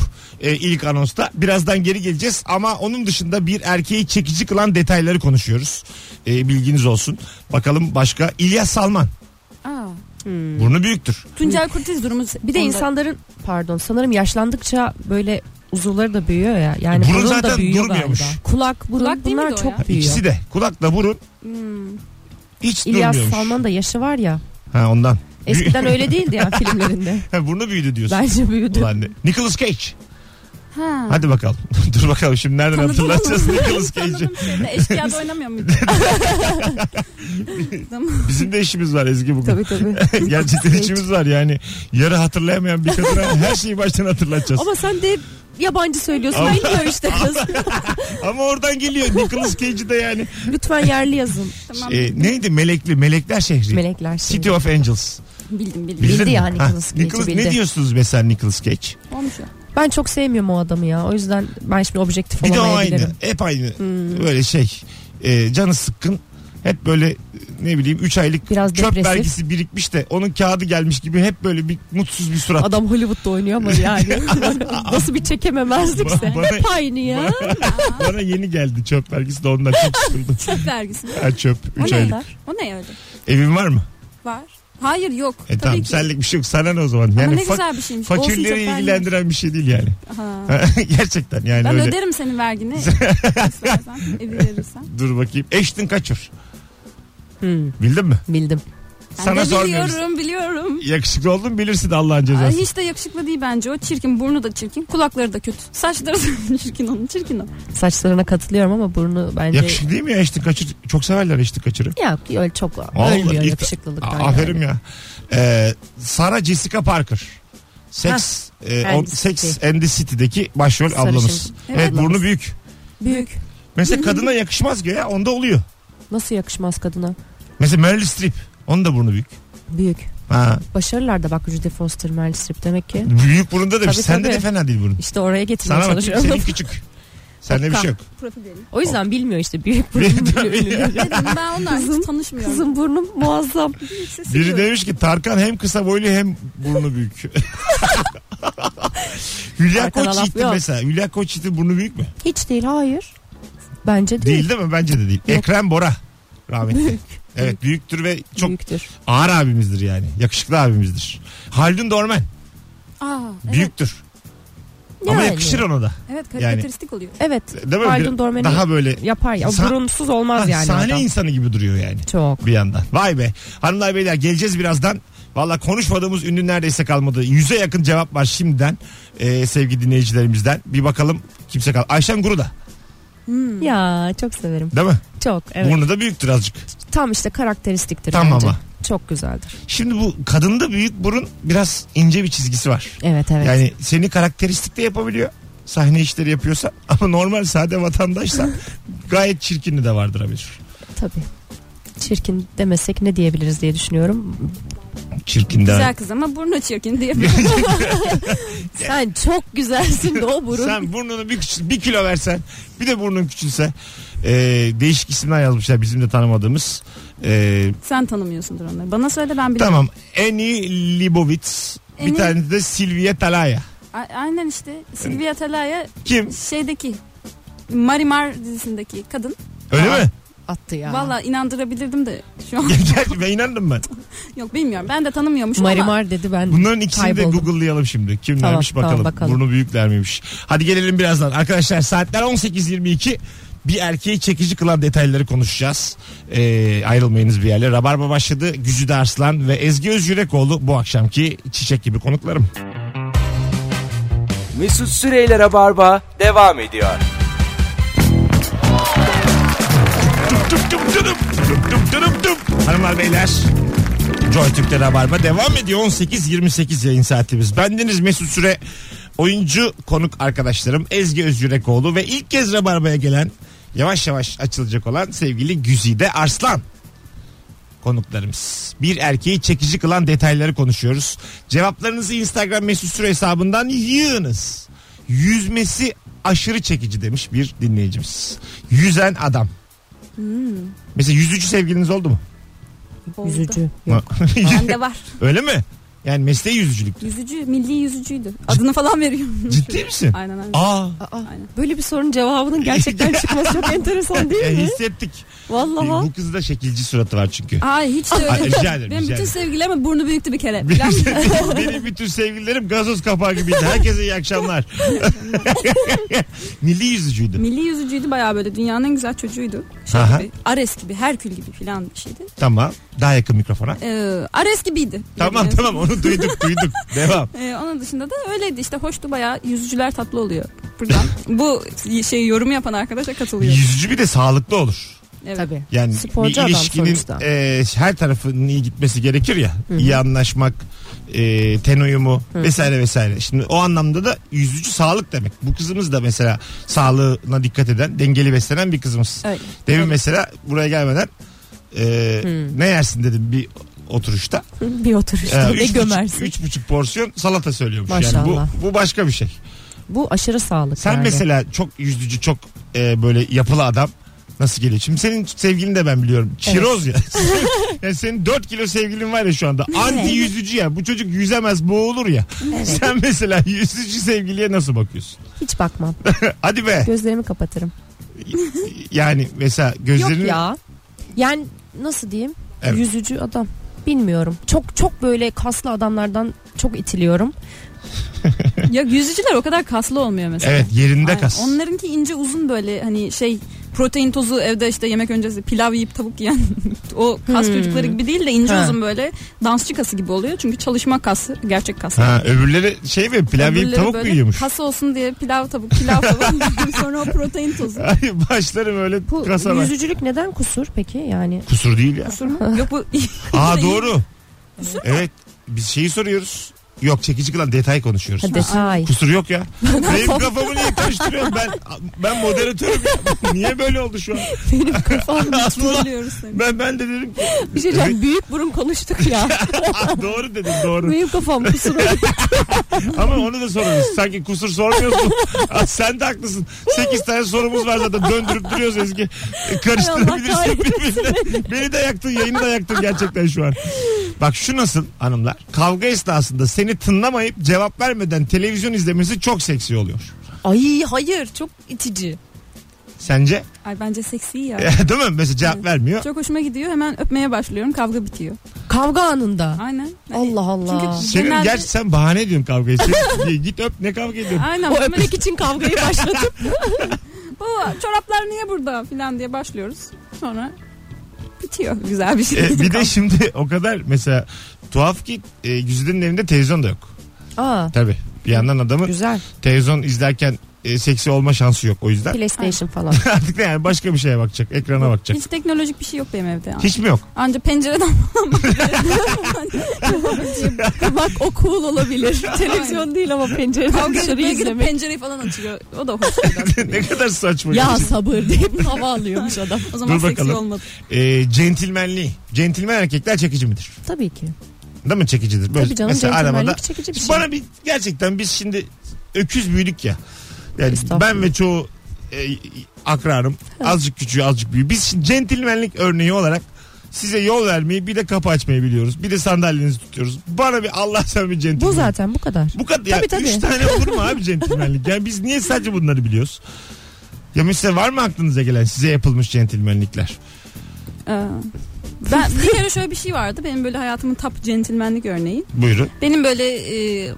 Speaker 2: e, ilk anonsta. Birazdan geri geleceğiz ama onun dışında bir erkeği çekici kılan detayları konuşuyoruz. E, bilginiz olsun. Bakalım başka İlyas Salman.
Speaker 4: Aa,
Speaker 2: Burnu büyüktür.
Speaker 4: Tuncel Kurtiz durumu.
Speaker 3: Bir de
Speaker 4: onda.
Speaker 3: insanların pardon sanırım yaşlandıkça böyle uzuvları da büyüyor ya. Yani
Speaker 2: Burun
Speaker 3: burun
Speaker 2: zaten
Speaker 3: da büyüyor
Speaker 2: durmuyormuş.
Speaker 3: galiba. Kulak, burun
Speaker 4: Kulak değil
Speaker 3: bunlar
Speaker 4: miydi o
Speaker 3: çok
Speaker 4: ya?
Speaker 3: büyüyor.
Speaker 2: İkisi de kulakla burun
Speaker 4: Hmm.
Speaker 2: hiç
Speaker 3: İlyas
Speaker 2: durmuyormuş.
Speaker 3: Salman da yaşı var ya.
Speaker 2: Ha ondan.
Speaker 3: Eskiden öyle değildi ya filmlerinde.
Speaker 2: Ha, burnu büyüdü diyorsun.
Speaker 3: Bence büyüdü.
Speaker 2: Ulan ne? Nicolas Cage.
Speaker 4: Ha.
Speaker 2: Hadi bakalım. Dur bakalım şimdi nereden
Speaker 4: Tanıdım
Speaker 2: Hani hatırlatacağız
Speaker 4: onu.
Speaker 2: Nicolas Cage'i.
Speaker 4: Tanıdım şeyde. Eşkıya'da oynamıyor muydu?
Speaker 2: Bizim de işimiz var Ezgi bugün.
Speaker 3: Tabii tabii.
Speaker 2: Gerçekten içimiz var yani. Yarı hatırlayamayan bir kadına her şeyi baştan hatırlatacağız. Ama,
Speaker 3: Ama sen de hep yabancı söylüyorsun.
Speaker 2: Ama-
Speaker 3: Ben diyor işte kız.
Speaker 2: oradan geliyor Nicolas Cage'i de yani.
Speaker 3: Lütfen yerli yazın.
Speaker 4: tamam.
Speaker 2: Ee, neydi Melekli Melekler Şehri.
Speaker 3: Melekler şimdi.
Speaker 2: City of Angels.
Speaker 4: bildim bildim.
Speaker 2: Bildin
Speaker 3: Bildi
Speaker 2: mi?
Speaker 3: ya
Speaker 2: Ha,
Speaker 3: Nicolas Cage'i
Speaker 2: Nicolas- Ne
Speaker 3: bildi.
Speaker 2: diyorsunuz mesela Nicolas Cage?
Speaker 4: Olmuş ya.
Speaker 3: Ben çok sevmiyorum o adamı ya. O yüzden ben şimdi objektif
Speaker 2: Bir de o
Speaker 3: olamayabilirim.
Speaker 2: aynı. Hep aynı.
Speaker 3: Hmm.
Speaker 2: Böyle şey. e, canı sıkkın. Hep böyle e, ne bileyim 3 aylık
Speaker 3: Biraz
Speaker 2: çöp
Speaker 3: depresif.
Speaker 2: vergisi birikmiş de onun kağıdı gelmiş gibi hep böyle bir mutsuz bir surat.
Speaker 3: Adam Hollywood'da oynuyor ama yani. Nasıl bir çekememezlikse.
Speaker 2: Bana-
Speaker 3: Hep aynı ya.
Speaker 2: Bana yeni geldi çöp vergisi de ondan çok sıkıldım.
Speaker 4: Çöp vergisi.
Speaker 2: Ha, çöp
Speaker 4: O
Speaker 2: 3
Speaker 4: ne?
Speaker 2: aylık.
Speaker 3: ya?
Speaker 4: O ne öyle?
Speaker 2: Evin var mı?
Speaker 4: Var. Hayır yok.
Speaker 2: E
Speaker 4: Tabii
Speaker 2: tamam
Speaker 4: ki.
Speaker 2: senlik bir şey yok sana ne o zaman. Yani
Speaker 4: Ama ne
Speaker 2: fak-
Speaker 4: güzel bir şeymiş. Olsun çok
Speaker 2: fakirleri
Speaker 4: vergi.
Speaker 2: ilgilendiren bir şey değil yani.
Speaker 4: Ha.
Speaker 2: Gerçekten yani
Speaker 4: Ben
Speaker 2: öyle.
Speaker 4: öderim senin vergini. İstersen, evi verirsen.
Speaker 2: Dur bakayım. Ashton Kaçır.
Speaker 3: Hmm,
Speaker 2: Bildin mi?
Speaker 3: bildim.
Speaker 4: Ben
Speaker 2: Sana
Speaker 4: de
Speaker 2: sormuyoruz.
Speaker 4: biliyorum biliyorum.
Speaker 2: Yakışıklı oldun bilirsin Allah'ın
Speaker 4: Ay,
Speaker 2: cezası.
Speaker 4: hiç de yakışıklı değil bence o. Çirkin burnu da çirkin. Kulakları da kötü. Saçları da çirkin onun. Çirkin o.
Speaker 3: Saçlarına katılıyorum ama burnu bence...
Speaker 2: Yakışıklı değil mi ya Ashton Kaçır? Çok severler Ashton Kaçır'ı.
Speaker 3: Ya öyle çok
Speaker 2: Allah,
Speaker 3: ölmüyor
Speaker 2: ilk-
Speaker 3: yakışıklılıktan.
Speaker 2: A-
Speaker 3: yani.
Speaker 2: Aferin ya. Ee, Sara Jessica Parker. Sex, e,
Speaker 3: and
Speaker 2: on-
Speaker 3: the
Speaker 2: Sex
Speaker 3: City.
Speaker 2: and the City'deki başrol
Speaker 3: Sarışın.
Speaker 2: ablamız. Evet,
Speaker 4: Evet,
Speaker 2: burnu
Speaker 3: ablamız.
Speaker 2: büyük.
Speaker 3: Büyük.
Speaker 2: Mesela kadına yakışmaz ki ya onda oluyor.
Speaker 3: Nasıl yakışmaz kadına?
Speaker 2: Mesela Meryl Streep. Onun da burnu büyük.
Speaker 3: Büyük.
Speaker 2: Ha.
Speaker 3: Başarılar da bak Judy Foster Meryl Streep demek ki.
Speaker 2: Büyük burunda demiş.
Speaker 3: Tabii,
Speaker 2: Sende de
Speaker 3: tabii.
Speaker 2: fena değil burun.
Speaker 3: İşte oraya getirmeye
Speaker 2: Sana bak şey-
Speaker 3: çalışıyorum.
Speaker 2: senin küçük. Sende bir şey yok.
Speaker 4: Profilleri.
Speaker 3: O yüzden bilmiyor işte büyük burun
Speaker 2: Tabii ya.
Speaker 4: Dedim ben onlarla
Speaker 3: Kızım,
Speaker 4: hiç tanışmıyorum.
Speaker 3: Kızım burnum muazzam.
Speaker 4: Sesi
Speaker 2: Biri
Speaker 4: yok.
Speaker 2: demiş ki Tarkan hem kısa boylu hem burnu büyük. Hülya
Speaker 3: Tarkan'a laf
Speaker 2: Koçyiğit'in
Speaker 3: yok.
Speaker 2: mesela. Hülya Koçyiğit'in burnu büyük mü?
Speaker 3: Hiç değil hayır. Bence değil.
Speaker 2: Değil değil mi? Bence de değil. Ekrem Bora rahmetli. evet büyüktür ve çok
Speaker 3: Büyüktür.
Speaker 2: ağır abimizdir yani. Yakışıklı abimizdir. Haldun Dorman
Speaker 4: Aa, evet,
Speaker 2: büyüktür. Ama
Speaker 3: Yani.
Speaker 2: yakışır ona da.
Speaker 4: evet karikatüristik oluyor.
Speaker 3: Evet.
Speaker 2: Değil mi?
Speaker 3: Haldun
Speaker 2: Bir-
Speaker 3: Dorman'ı
Speaker 2: Daha böyle
Speaker 3: yapar ya.
Speaker 2: Sa-
Speaker 3: Burunsuz olmaz
Speaker 2: Ha,
Speaker 3: yani
Speaker 2: sahne
Speaker 3: adam.
Speaker 2: insanı gibi duruyor yani.
Speaker 3: Çok.
Speaker 2: bir yandan. Vay be. Hanımlar beyler geleceğiz birazdan. Valla konuşmadığımız ünlü neredeyse kalmadı. Yüze yakın cevap var şimdiden e, sevgili dinleyicilerimizden. Bir bakalım kimse kal. Ayşen Guru da
Speaker 3: Hmm. Ya çok severim.
Speaker 2: değil mi?
Speaker 3: Çok evet.
Speaker 2: Burnu da büyüktür azıcık.
Speaker 3: Tam işte karakteristiktir
Speaker 2: Tam
Speaker 3: bence.
Speaker 2: ama.
Speaker 3: Çok güzeldir.
Speaker 2: Şimdi bu kadında büyük burun biraz ince bir çizgisi var.
Speaker 3: Evet evet.
Speaker 2: Yani seni karakteristik de yapabiliyor. Sahne işleri yapıyorsa ama normal sade vatandaşsa gayet çirkinli de vardırabilir.
Speaker 3: Tabii. Çirkin demesek ne diyebiliriz diye düşünüyorum.
Speaker 2: Çirkin de.
Speaker 4: Güzel kız ama burnu çirkin diye.
Speaker 3: Sen çok güzelsin de o burun.
Speaker 2: Sen burnunu bir, küçül- bir kilo versen bir de burnun küçülse e, değişik isimler yazmışlar bizim de tanımadığımız. E,
Speaker 4: Sen tanımıyorsundur onları. Bana söyle ben bilirim.
Speaker 2: tamam Annie Leibovitz bir
Speaker 4: Annie-
Speaker 2: tane de Silvia Talaya.
Speaker 4: A- aynen işte Silvia Talaya
Speaker 2: Kim?
Speaker 4: şeydeki Marimar dizisindeki kadın.
Speaker 2: Öyle mi?
Speaker 3: Attı ya.
Speaker 4: Valla inandırabilirdim de şu an.
Speaker 2: Gerçi ben inandım ben.
Speaker 4: Yok bilmiyorum. Ben de tanımıyormuşum ama.
Speaker 3: Marimar dedi ben.
Speaker 2: Bunların ikisini de
Speaker 3: Kayboldum.
Speaker 2: google'layalım şimdi. Kimlermiş
Speaker 3: Tamam,
Speaker 2: bakalım.
Speaker 3: tamam, bakalım.
Speaker 2: Burnu büyükler miymiş? Hadi gelelim birazdan. Arkadaşlar saatler 18.22. Bir erkeği çekici kılan detayları konuşacağız. Ee, ayrılmayınız bir yerle. Rabarba başladı. Güzide Arslan ve Ezgi Özgürekoğlu bu akşamki çiçek gibi konuklarım.
Speaker 1: Mesut Süreyler'e barba devam ediyor.
Speaker 2: Dup dup dup dup dup dup dup dup. Hanımlar beyler. Joy Türk'te Rabarba devam ediyor. 18.28 yayın saatimiz. Bendeniz Mesut Süre. Oyuncu konuk arkadaşlarım Ezgi Özgürekoğlu ve ilk kez Rabarba'ya gelen yavaş yavaş açılacak olan sevgili Güzide Arslan konuklarımız. Bir erkeği çekici kılan detayları konuşuyoruz. Cevaplarınızı Instagram Mesut Süre hesabından yığınız. Yüzmesi aşırı çekici demiş bir dinleyicimiz. Yüzen adam. Mesela yüzücü sevgiliniz oldu mu?
Speaker 4: Oldu.
Speaker 3: Yüzücü.
Speaker 4: Bende var.
Speaker 2: Öyle mi? Yani mesleği yüzücülük.
Speaker 4: Yüzücü, milli yüzücüydü. Adını falan veriyorum.
Speaker 2: Ciddi misin?
Speaker 4: aynen aynen.
Speaker 2: Aa.
Speaker 3: Aa,
Speaker 4: Aynen.
Speaker 3: böyle bir sorunun cevabının gerçekten çıkması çok enteresan
Speaker 2: e,
Speaker 3: değil mi?
Speaker 2: hissettik.
Speaker 3: Vallahi.
Speaker 2: Bu kızda şekilci suratı var çünkü.
Speaker 4: Ay hiç de
Speaker 2: Ay,
Speaker 4: öyle.
Speaker 2: rica ederim,
Speaker 4: Benim
Speaker 2: rica
Speaker 4: bütün
Speaker 2: ederim.
Speaker 4: sevgilerime burnu büyüktü bir kere.
Speaker 2: Benim,
Speaker 4: Falan.
Speaker 2: benim bütün sevgililerim gazoz kapağı gibiydi. Herkese iyi akşamlar. Milli yüzücüydü.
Speaker 4: Milli yüzücüydü bayağı böyle dünyanın en güzel çocuğuydu. Şey
Speaker 2: Aha.
Speaker 4: gibi, Ares gibi, Herkül gibi falan bir şeydi.
Speaker 2: Tamam. Daha yakın mikrofona.
Speaker 4: Ee, Ares gibiydi.
Speaker 2: Tamam
Speaker 4: Yani,
Speaker 2: tamam onu duyduk duyduk. Devam.
Speaker 4: Ee, onun dışında da öyleydi işte hoştu bayağı yüzücüler tatlı oluyor buradan. Bu şey yorum yapan arkadaşa katılıyor.
Speaker 2: Yüzücü bir de sağlıklı olur.
Speaker 4: Evet.
Speaker 3: Tabii.
Speaker 2: Yani
Speaker 3: Sporcu
Speaker 2: bir
Speaker 3: adam
Speaker 2: ilişkinin
Speaker 3: sonuçta.
Speaker 2: e, her tarafının iyi gitmesi gerekir ya. İyi anlaşmak, e, ten uyumu vesaire vesaire. Şimdi o anlamda da yüzücü sağlık demek. Bu kızımız da mesela sağlığına dikkat eden, dengeli beslenen bir kızımız.
Speaker 4: Öyle.
Speaker 2: Demin mesela buraya gelmeden e, ne yersin dedim bir oturuşta.
Speaker 3: Bir oturuşta
Speaker 2: E,
Speaker 3: ne
Speaker 2: üç
Speaker 3: gömersin.
Speaker 2: Buçuk, üç buçuk porsiyon salata söylüyormuş. Yani bu,
Speaker 3: Maşallah.
Speaker 2: bu başka bir şey.
Speaker 3: Bu aşırı sağlık
Speaker 2: Sen
Speaker 3: yani.
Speaker 2: mesela çok yüzücü çok e, böyle yapılı adam nasıl geliyor? Şimdi senin sevgilin de ben biliyorum. Çiroz ya. yani senin 4 kilo sevgilin var ya şu anda. Anti yüzücü ya. Bu çocuk yüzemez boğulur ya. Sen mesela yüzücü sevgiliye nasıl bakıyorsun?
Speaker 3: Hiç bakmam.
Speaker 2: Hadi be.
Speaker 3: Gözlerimi kapatırım.
Speaker 2: Yani mesela gözlerini...
Speaker 3: Yok ya. Yani nasıl diyeyim?
Speaker 2: Evet.
Speaker 3: Yüzücü adam. Bilmiyorum. Çok çok böyle kaslı adamlardan çok itiliyorum.
Speaker 4: Ya yüzücüler o kadar kaslı olmuyor mesela.
Speaker 2: Evet yerinde
Speaker 4: Aynen.
Speaker 2: kas.
Speaker 4: Onlarınki ince uzun böyle hani şey protein tozu evde işte yemek öncesi pilav yiyip tavuk yiyen o kas
Speaker 3: Hmm.
Speaker 4: çocukları gibi değil de ince
Speaker 3: Ha.
Speaker 4: uzun böyle dansçı kası gibi oluyor. Çünkü çalışma kası gerçek kas.
Speaker 2: Ha, öbürleri şey mi pilav yiyip
Speaker 4: Öbürleri
Speaker 2: tavuk mu
Speaker 4: böyle
Speaker 2: yiyormuş?
Speaker 4: Kas olsun diye pilav tavuk pilav tavuk sonra o protein tozu.
Speaker 2: Ay, Başlarım öyle
Speaker 3: Bu
Speaker 2: kasa var.
Speaker 3: yüzücülük neden kusur peki? Yani
Speaker 2: Kusur değil ya.
Speaker 4: Kusur mu? Yok bu
Speaker 2: Aa doğru. Evet biz şeyi soruyoruz. Yok çekici kılan detay konuşuyoruz.
Speaker 3: Ha, detay.
Speaker 2: Kusur yok ya. Benim kafamı niye karıştırıyorsun? Ben ben moderatörüm. ya. niye böyle oldu şu an?
Speaker 3: Benim kafam.
Speaker 2: Allah.
Speaker 4: Biliyoruz tabii.
Speaker 2: Ben ben de dedim ki
Speaker 3: Bir şey diyeceğim. Büyük burun konuştuk ya.
Speaker 2: "Aa, doğru dedim doğru.
Speaker 3: Benim kafam kusur.
Speaker 2: Ama onu da sorarız. Sanki kusur sormuyorsun. Aa, sen de haklısın. 8 tane sorumuz var zaten. Döndürüp duruyoruz Ezgi. E,
Speaker 3: Hay Allah
Speaker 2: Karıştırabilirsin
Speaker 3: kahretmesin
Speaker 2: birbirine. Beni de yaktın yayını da yaktın gerçekten şu an. Bak şu nasıl hanımlar. Kavga esnasında seni tınlamayıp cevap vermeden televizyon izlemesi çok seksi oluyor.
Speaker 3: Ay hayır çok itici.
Speaker 2: Sence?
Speaker 4: Ay bence seksi ya.
Speaker 2: Değil mi? Mesela cevap vermiyor.
Speaker 4: Çok hoşuma gidiyor. Hemen öpmeye başlıyorum. Kavga bitiyor.
Speaker 3: Kavga anında.
Speaker 4: Aynen. Hani-
Speaker 3: Allah Allah.
Speaker 4: Çünkü-
Speaker 2: Senin
Speaker 4: Genelde-
Speaker 2: gerçi sen bahane ediyorsun kavga için. Git öp ne kavga ediyorsun?
Speaker 4: Aynen.
Speaker 3: O
Speaker 4: Hemen-
Speaker 3: öpmek için kavgayı başlatıp
Speaker 4: Baba çoraplar niye burada filan diye başlıyoruz. Sonra bitiyor güzel bir şey.
Speaker 2: E, bir de şimdi o kadar mesela tuhaf ki e, Güzide'nin evinde televizyon da yok.
Speaker 3: Aa,
Speaker 2: Tabii. Bir yandan adamın
Speaker 3: güzel.
Speaker 2: televizyon izlerken e, seksi olma şansı yok o yüzden.
Speaker 3: PlayStation falan.
Speaker 2: Artık ne yani başka bir şeye bakacak, ekrana bakacak.
Speaker 4: Hiç teknolojik bir şey yok benim evde.
Speaker 2: Hiç mi yok?
Speaker 4: Anca pencereden falan bakıyorum.
Speaker 3: Bak o cool olabilir. Televizyon değil ama pencereden
Speaker 4: Kavga
Speaker 3: dışarı
Speaker 4: etmeye gidip
Speaker 3: izlemek.
Speaker 4: pencereyi falan açıyor. O da hoş. biraz.
Speaker 2: ne kadar saçma.
Speaker 3: Ya
Speaker 2: bir şey.
Speaker 3: sabır deyip hava alıyormuş adam.
Speaker 4: O zaman
Speaker 2: Dur
Speaker 4: seksi
Speaker 2: bakalım.
Speaker 4: olmadı.
Speaker 2: E, centilmenliği. Centilmen erkekler çekici midir?
Speaker 3: Tabii ki.
Speaker 2: Değil mi çekicidir? Böyle
Speaker 3: Tabii canım
Speaker 2: mesela arabada.
Speaker 3: centilmenlik çekici bir şey.
Speaker 2: Bana bir gerçekten biz şimdi öküz büyüdük ya. Yani
Speaker 3: Estağfurullah.
Speaker 2: ben ve çoğu e, akrarım azıcık küçüğü azıcık büyüğü. Biz şimdi centilmenlik örneği olarak size yol vermeyi bir de kapı açmayı biliyoruz. Bir de sandalyenizi tutuyoruz. Bana bir Allah sen bir centilmen.
Speaker 3: Bu zaten bu kadar.
Speaker 2: Bu kadar. Ya
Speaker 3: Tabii, tabii.
Speaker 2: Üç tane olur mu abi centilmenlik? Yani biz niye sadece bunları biliyoruz? Ya mesela var mı aklınıza gelen size yapılmış centilmenlikler?
Speaker 4: Ee, ben bir kere şöyle bir şey vardı. Benim böyle hayatımın top centilmenlik örneği.
Speaker 2: Buyurun.
Speaker 4: Benim böyle e,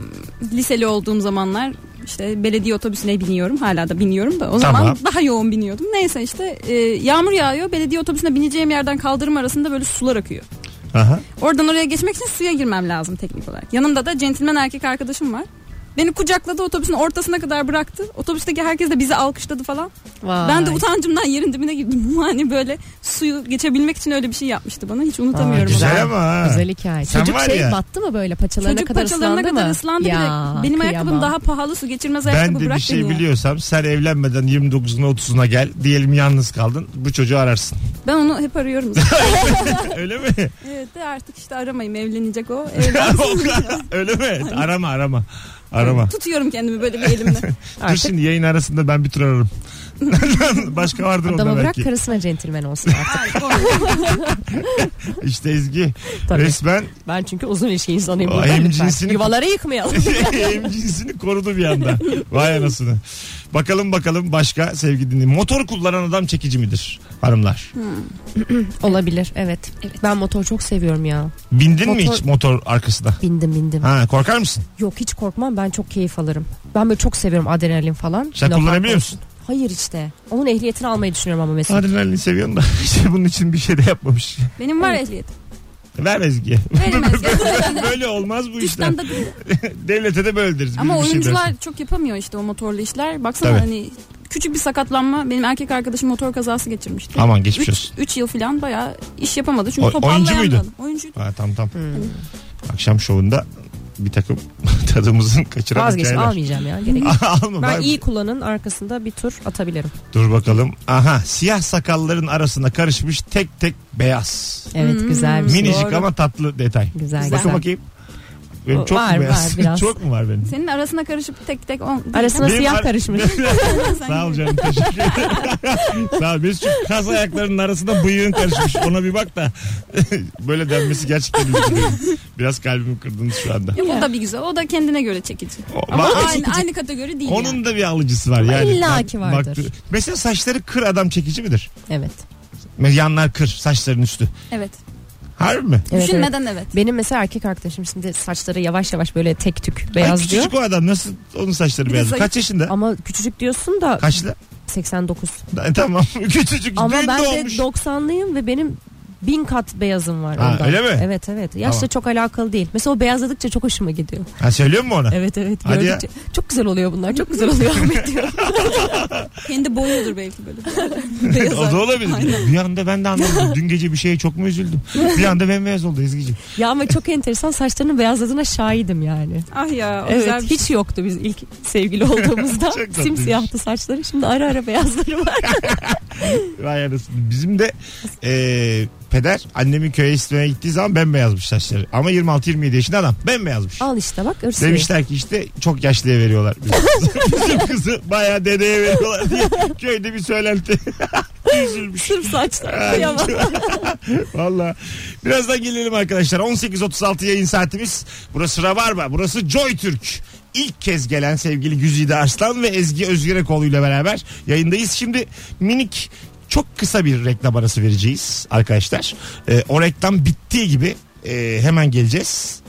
Speaker 4: liseli olduğum zamanlar işte belediye otobüsüne biniyorum. Hala da biniyorum da. O
Speaker 2: Tamam.
Speaker 4: zaman daha yoğun biniyordum. Neyse işte e, yağmur yağıyor. Belediye otobüsüne bineceğim yerden kaldırım arasında böyle sular akıyor.
Speaker 2: Aha.
Speaker 4: Oradan oraya geçmek için suya girmem lazım teknik olarak. Yanımda da centilmen erkek arkadaşım var. Beni kucakladı otobüsün ortasına kadar bıraktı. Otobüsteki herkes de bizi alkışladı falan.
Speaker 3: Vay.
Speaker 4: Ben de utancımdan yerin dibine girdim. Hani böyle suyu geçebilmek için öyle bir şey yapmıştı bana. Hiç unutamıyorum.
Speaker 3: Aa,
Speaker 4: onu.
Speaker 2: Güzel ama ha.
Speaker 3: Güzel hikaye.
Speaker 2: Sen
Speaker 3: Çocuk
Speaker 2: var
Speaker 3: şey
Speaker 2: ya.
Speaker 3: battı mı böyle paçalarına
Speaker 4: Çocuk
Speaker 3: kadar
Speaker 4: paçalarına
Speaker 3: ıslandı
Speaker 4: kadar
Speaker 3: mı?
Speaker 4: ıslandı bir
Speaker 3: Ya,
Speaker 4: de. Benim
Speaker 3: kıyamam.
Speaker 4: ayakkabım daha pahalı su geçirmez ayakkabı
Speaker 2: Ben de
Speaker 4: bırak
Speaker 2: bir şey
Speaker 4: beni ya.
Speaker 2: biliyorsam sen evlenmeden 29'una 30'una gel. Diyelim yalnız kaldın. Bu çocuğu ararsın.
Speaker 4: Ben onu hep arıyorum.
Speaker 2: Öyle mi?
Speaker 4: evet de artık işte aramayayım evlenecek o.
Speaker 2: O kadar. Öyle mi? Arama arama. Arama.
Speaker 4: Tutuyorum kendimi böyle bir elimle.
Speaker 2: Dur şimdi yayın arasında ben bir tur ararım. Başka vardır
Speaker 3: Adama
Speaker 2: onda
Speaker 3: bırak
Speaker 2: belki.
Speaker 3: karısına centilmen olsun artık.
Speaker 4: Hayır, olmuyor.
Speaker 2: İşte Ezgi
Speaker 3: Tabii.
Speaker 2: resmen
Speaker 3: Ben çünkü uzun ilişki insanıyım.
Speaker 2: O
Speaker 3: burada lütfen.
Speaker 2: hemcinsini-
Speaker 3: Yuvaları yıkmayalım.
Speaker 2: Hem cinsini korudu bir anda. Vay anasını. Bakalım bakalım başka sevgili dinleyin. Motor kullanan adam çekici midir hanımlar?
Speaker 3: Olabilir evet. Ben motor çok seviyorum ya.
Speaker 2: Bindin mi
Speaker 3: Motor-
Speaker 2: hiç motor arkasına?
Speaker 3: Bindim bindim.
Speaker 2: Ha korkar mısın?
Speaker 3: Yok hiç korkmam ben çok keyif alırım. Ben böyle çok seviyorum adrenalin falan.
Speaker 2: Sen
Speaker 3: Laf
Speaker 2: kullanabiliyor
Speaker 3: olsun. Hayır işte. Onun ehliyetini almayı düşünüyorum ama mesela.
Speaker 2: Adrenalin seviyorsun da işte bunun için bir şey de yapmamış.
Speaker 4: Benim var ehliyetim.
Speaker 2: Ver Ezgi.
Speaker 4: Verim Ezgi.
Speaker 2: böyle olmaz bu işler.
Speaker 4: Dıştan da değil.
Speaker 2: Devlete de böyle deriz.
Speaker 4: Ama
Speaker 2: Bir şey
Speaker 4: oyuncular
Speaker 2: dersin.
Speaker 4: çok yapamıyor işte o motorlu işler. Baksana
Speaker 2: Tabii.
Speaker 4: hani küçük bir sakatlanma. Benim erkek arkadaşım motor kazası geçirmişti.
Speaker 2: Aman geçmiş
Speaker 4: 3
Speaker 2: olsun.
Speaker 4: yıl falan bayağı iş yapamadı. Çünkü
Speaker 2: O- oyuncu muydu?
Speaker 4: toparlayamadı. Oyuncu
Speaker 2: Ha, tam tam.
Speaker 3: Hmm.
Speaker 2: Akşam şovunda bir takım tadımızın kaçıran
Speaker 3: Vazgeç
Speaker 2: hikayeler.
Speaker 3: almayacağım ya. Gerek yok.
Speaker 2: Alma.
Speaker 3: Ben
Speaker 2: Ben
Speaker 3: iyi kullanın arkasında bir tur atabilirim.
Speaker 2: Dur bakalım. Aha siyah sakalların arasına karışmış tek tek beyaz.
Speaker 3: Evet
Speaker 4: Hmm.
Speaker 3: güzel bir şey.
Speaker 2: Minicik
Speaker 4: Doğru.
Speaker 2: ama tatlı detay.
Speaker 3: Güzel
Speaker 4: Bakın
Speaker 3: güzel.
Speaker 2: Bakın bakayım. Benim
Speaker 3: O-
Speaker 2: çok
Speaker 3: var,
Speaker 2: mu beyaz?
Speaker 3: var, biraz.
Speaker 2: çok mu var benim?
Speaker 4: Senin arasına karışıp tek tek on.
Speaker 3: Arasına
Speaker 2: Benim
Speaker 3: siyah
Speaker 2: ar-
Speaker 3: karışmış.
Speaker 2: Sağ ol canım teşekkür ederim. Sağ ol. Mesut'cum kas ayaklarının arasında bıyığın karışmış. Ona bir bak da böyle denmesi gerçekten üzücü. Biraz kalbimi kırdınız şu anda.
Speaker 4: Yok, o da bir güzel. O da kendine göre çekici.
Speaker 2: O-
Speaker 4: Ama
Speaker 2: Ba-
Speaker 4: aynı, aynı kategori değil. yani.
Speaker 2: Onun da bir alıcısı var yani.
Speaker 3: İlla ki vardır.
Speaker 2: mesela saçları kır adam çekici midir?
Speaker 3: evet.
Speaker 2: Mesela Yanlar kır saçların üstü.
Speaker 4: Evet.
Speaker 2: Harbi mi?
Speaker 3: evet, evet.
Speaker 4: Düşünmeden evet.
Speaker 3: Benim mesela erkek arkadaşım şimdi saçları yavaş yavaş böyle tek tük
Speaker 2: Ay,
Speaker 3: beyaz diyor.
Speaker 2: küçücük o adam nasıl onun saçları
Speaker 4: Bir de
Speaker 2: beyaz?
Speaker 4: zayıf.
Speaker 2: Kaç yaşında?
Speaker 3: Ama küçücük diyorsun da
Speaker 2: Kaçlı?
Speaker 3: 89.
Speaker 2: Da- e, Tamam küçücük
Speaker 3: Ama
Speaker 2: düğünde
Speaker 3: ben de
Speaker 2: olmuş.
Speaker 3: 90'lıyım ve benim Bin kat beyazım var
Speaker 2: Ha,
Speaker 3: ondan.
Speaker 2: öyle mi?
Speaker 3: Evet evet. Yaşla
Speaker 2: Tamam.
Speaker 3: çok alakalı değil. Mesela o beyazladıkça çok hoşuma gidiyor.
Speaker 2: Ha söylüyor mu ona?
Speaker 3: Evet evet.
Speaker 2: Hadi ya.
Speaker 3: Gördükçe. Çok güzel oluyor bunlar. Çok güzel oluyor Ahmet diyor.
Speaker 4: Kendi boyudur belki böyle.
Speaker 3: Beyaz
Speaker 2: o da olabilir.
Speaker 4: Aynen.
Speaker 2: Bir anda ben de anladım. Dün gece bir şeye çok mu üzüldüm? Bir anda bembeyaz oldu Ezgi'ciğim.
Speaker 3: Ya ama çok enteresan saçlarının beyazladığına şahidim yani.
Speaker 4: Ah ya o güzel
Speaker 3: Evet
Speaker 4: bir
Speaker 3: hiç yoktu biz ilk sevgili olduğumuzda.
Speaker 2: şey. Çok tatlıymış.
Speaker 3: Simsiyahtı saçları. Şimdi ara ara beyazları var.
Speaker 2: Vay anasını. Bizim de e, peder annemin köye istemeye gittiği zaman bembeyazmış saçları. Ama 26-27 yaşında adam bembeyazmış.
Speaker 3: Al işte bak ırsı.
Speaker 2: Demişler ki işte çok yaşlıya veriyorlar. Bizim kızı, bizim kızı bayağı dedeye veriyorlar diye köyde bir söylenti. Üzülmüş.
Speaker 3: Sırf saçlar. Kıyamam.
Speaker 2: Valla. Birazdan gelelim arkadaşlar. 18.36 yayın saatimiz. Burası Rabarba. Burası Joy Türk. İlk kez gelen sevgili Güzide Arslan ve Ezgi Özgürekoğlu ile beraber yayındayız. Şimdi minik çok kısa bir reklam arası vereceğiz arkadaşlar. Ee, o reklam bittiği gibi e, hemen geleceğiz.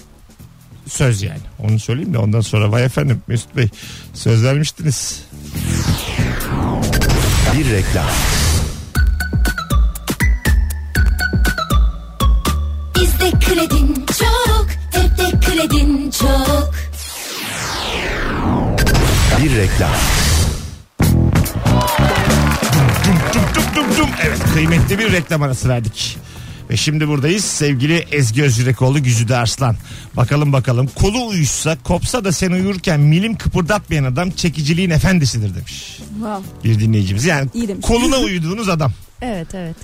Speaker 2: Söz yani. Onu söyleyeyim de ondan sonra vay efendim Mesut Bey söz vermiştiniz.
Speaker 5: Bir reklam.
Speaker 6: Bizde kredin çok, hep de kredin çok.
Speaker 5: Bir reklam.
Speaker 2: Dum dum dum dum. Evet kıymetli bir reklam arası verdik. Ve şimdi buradayız sevgili Ezgi Özgürekoğlu Güzide Arslan. Bakalım bakalım kolu uyuşsa kopsa da sen uyurken milim kıpırdatmayan adam çekiciliğin efendisidir demiş
Speaker 4: Wow.
Speaker 2: bir dinleyicimiz. Yani
Speaker 4: İyi demiş.
Speaker 2: koluna uyuduğunuz adam.
Speaker 3: Evet evet.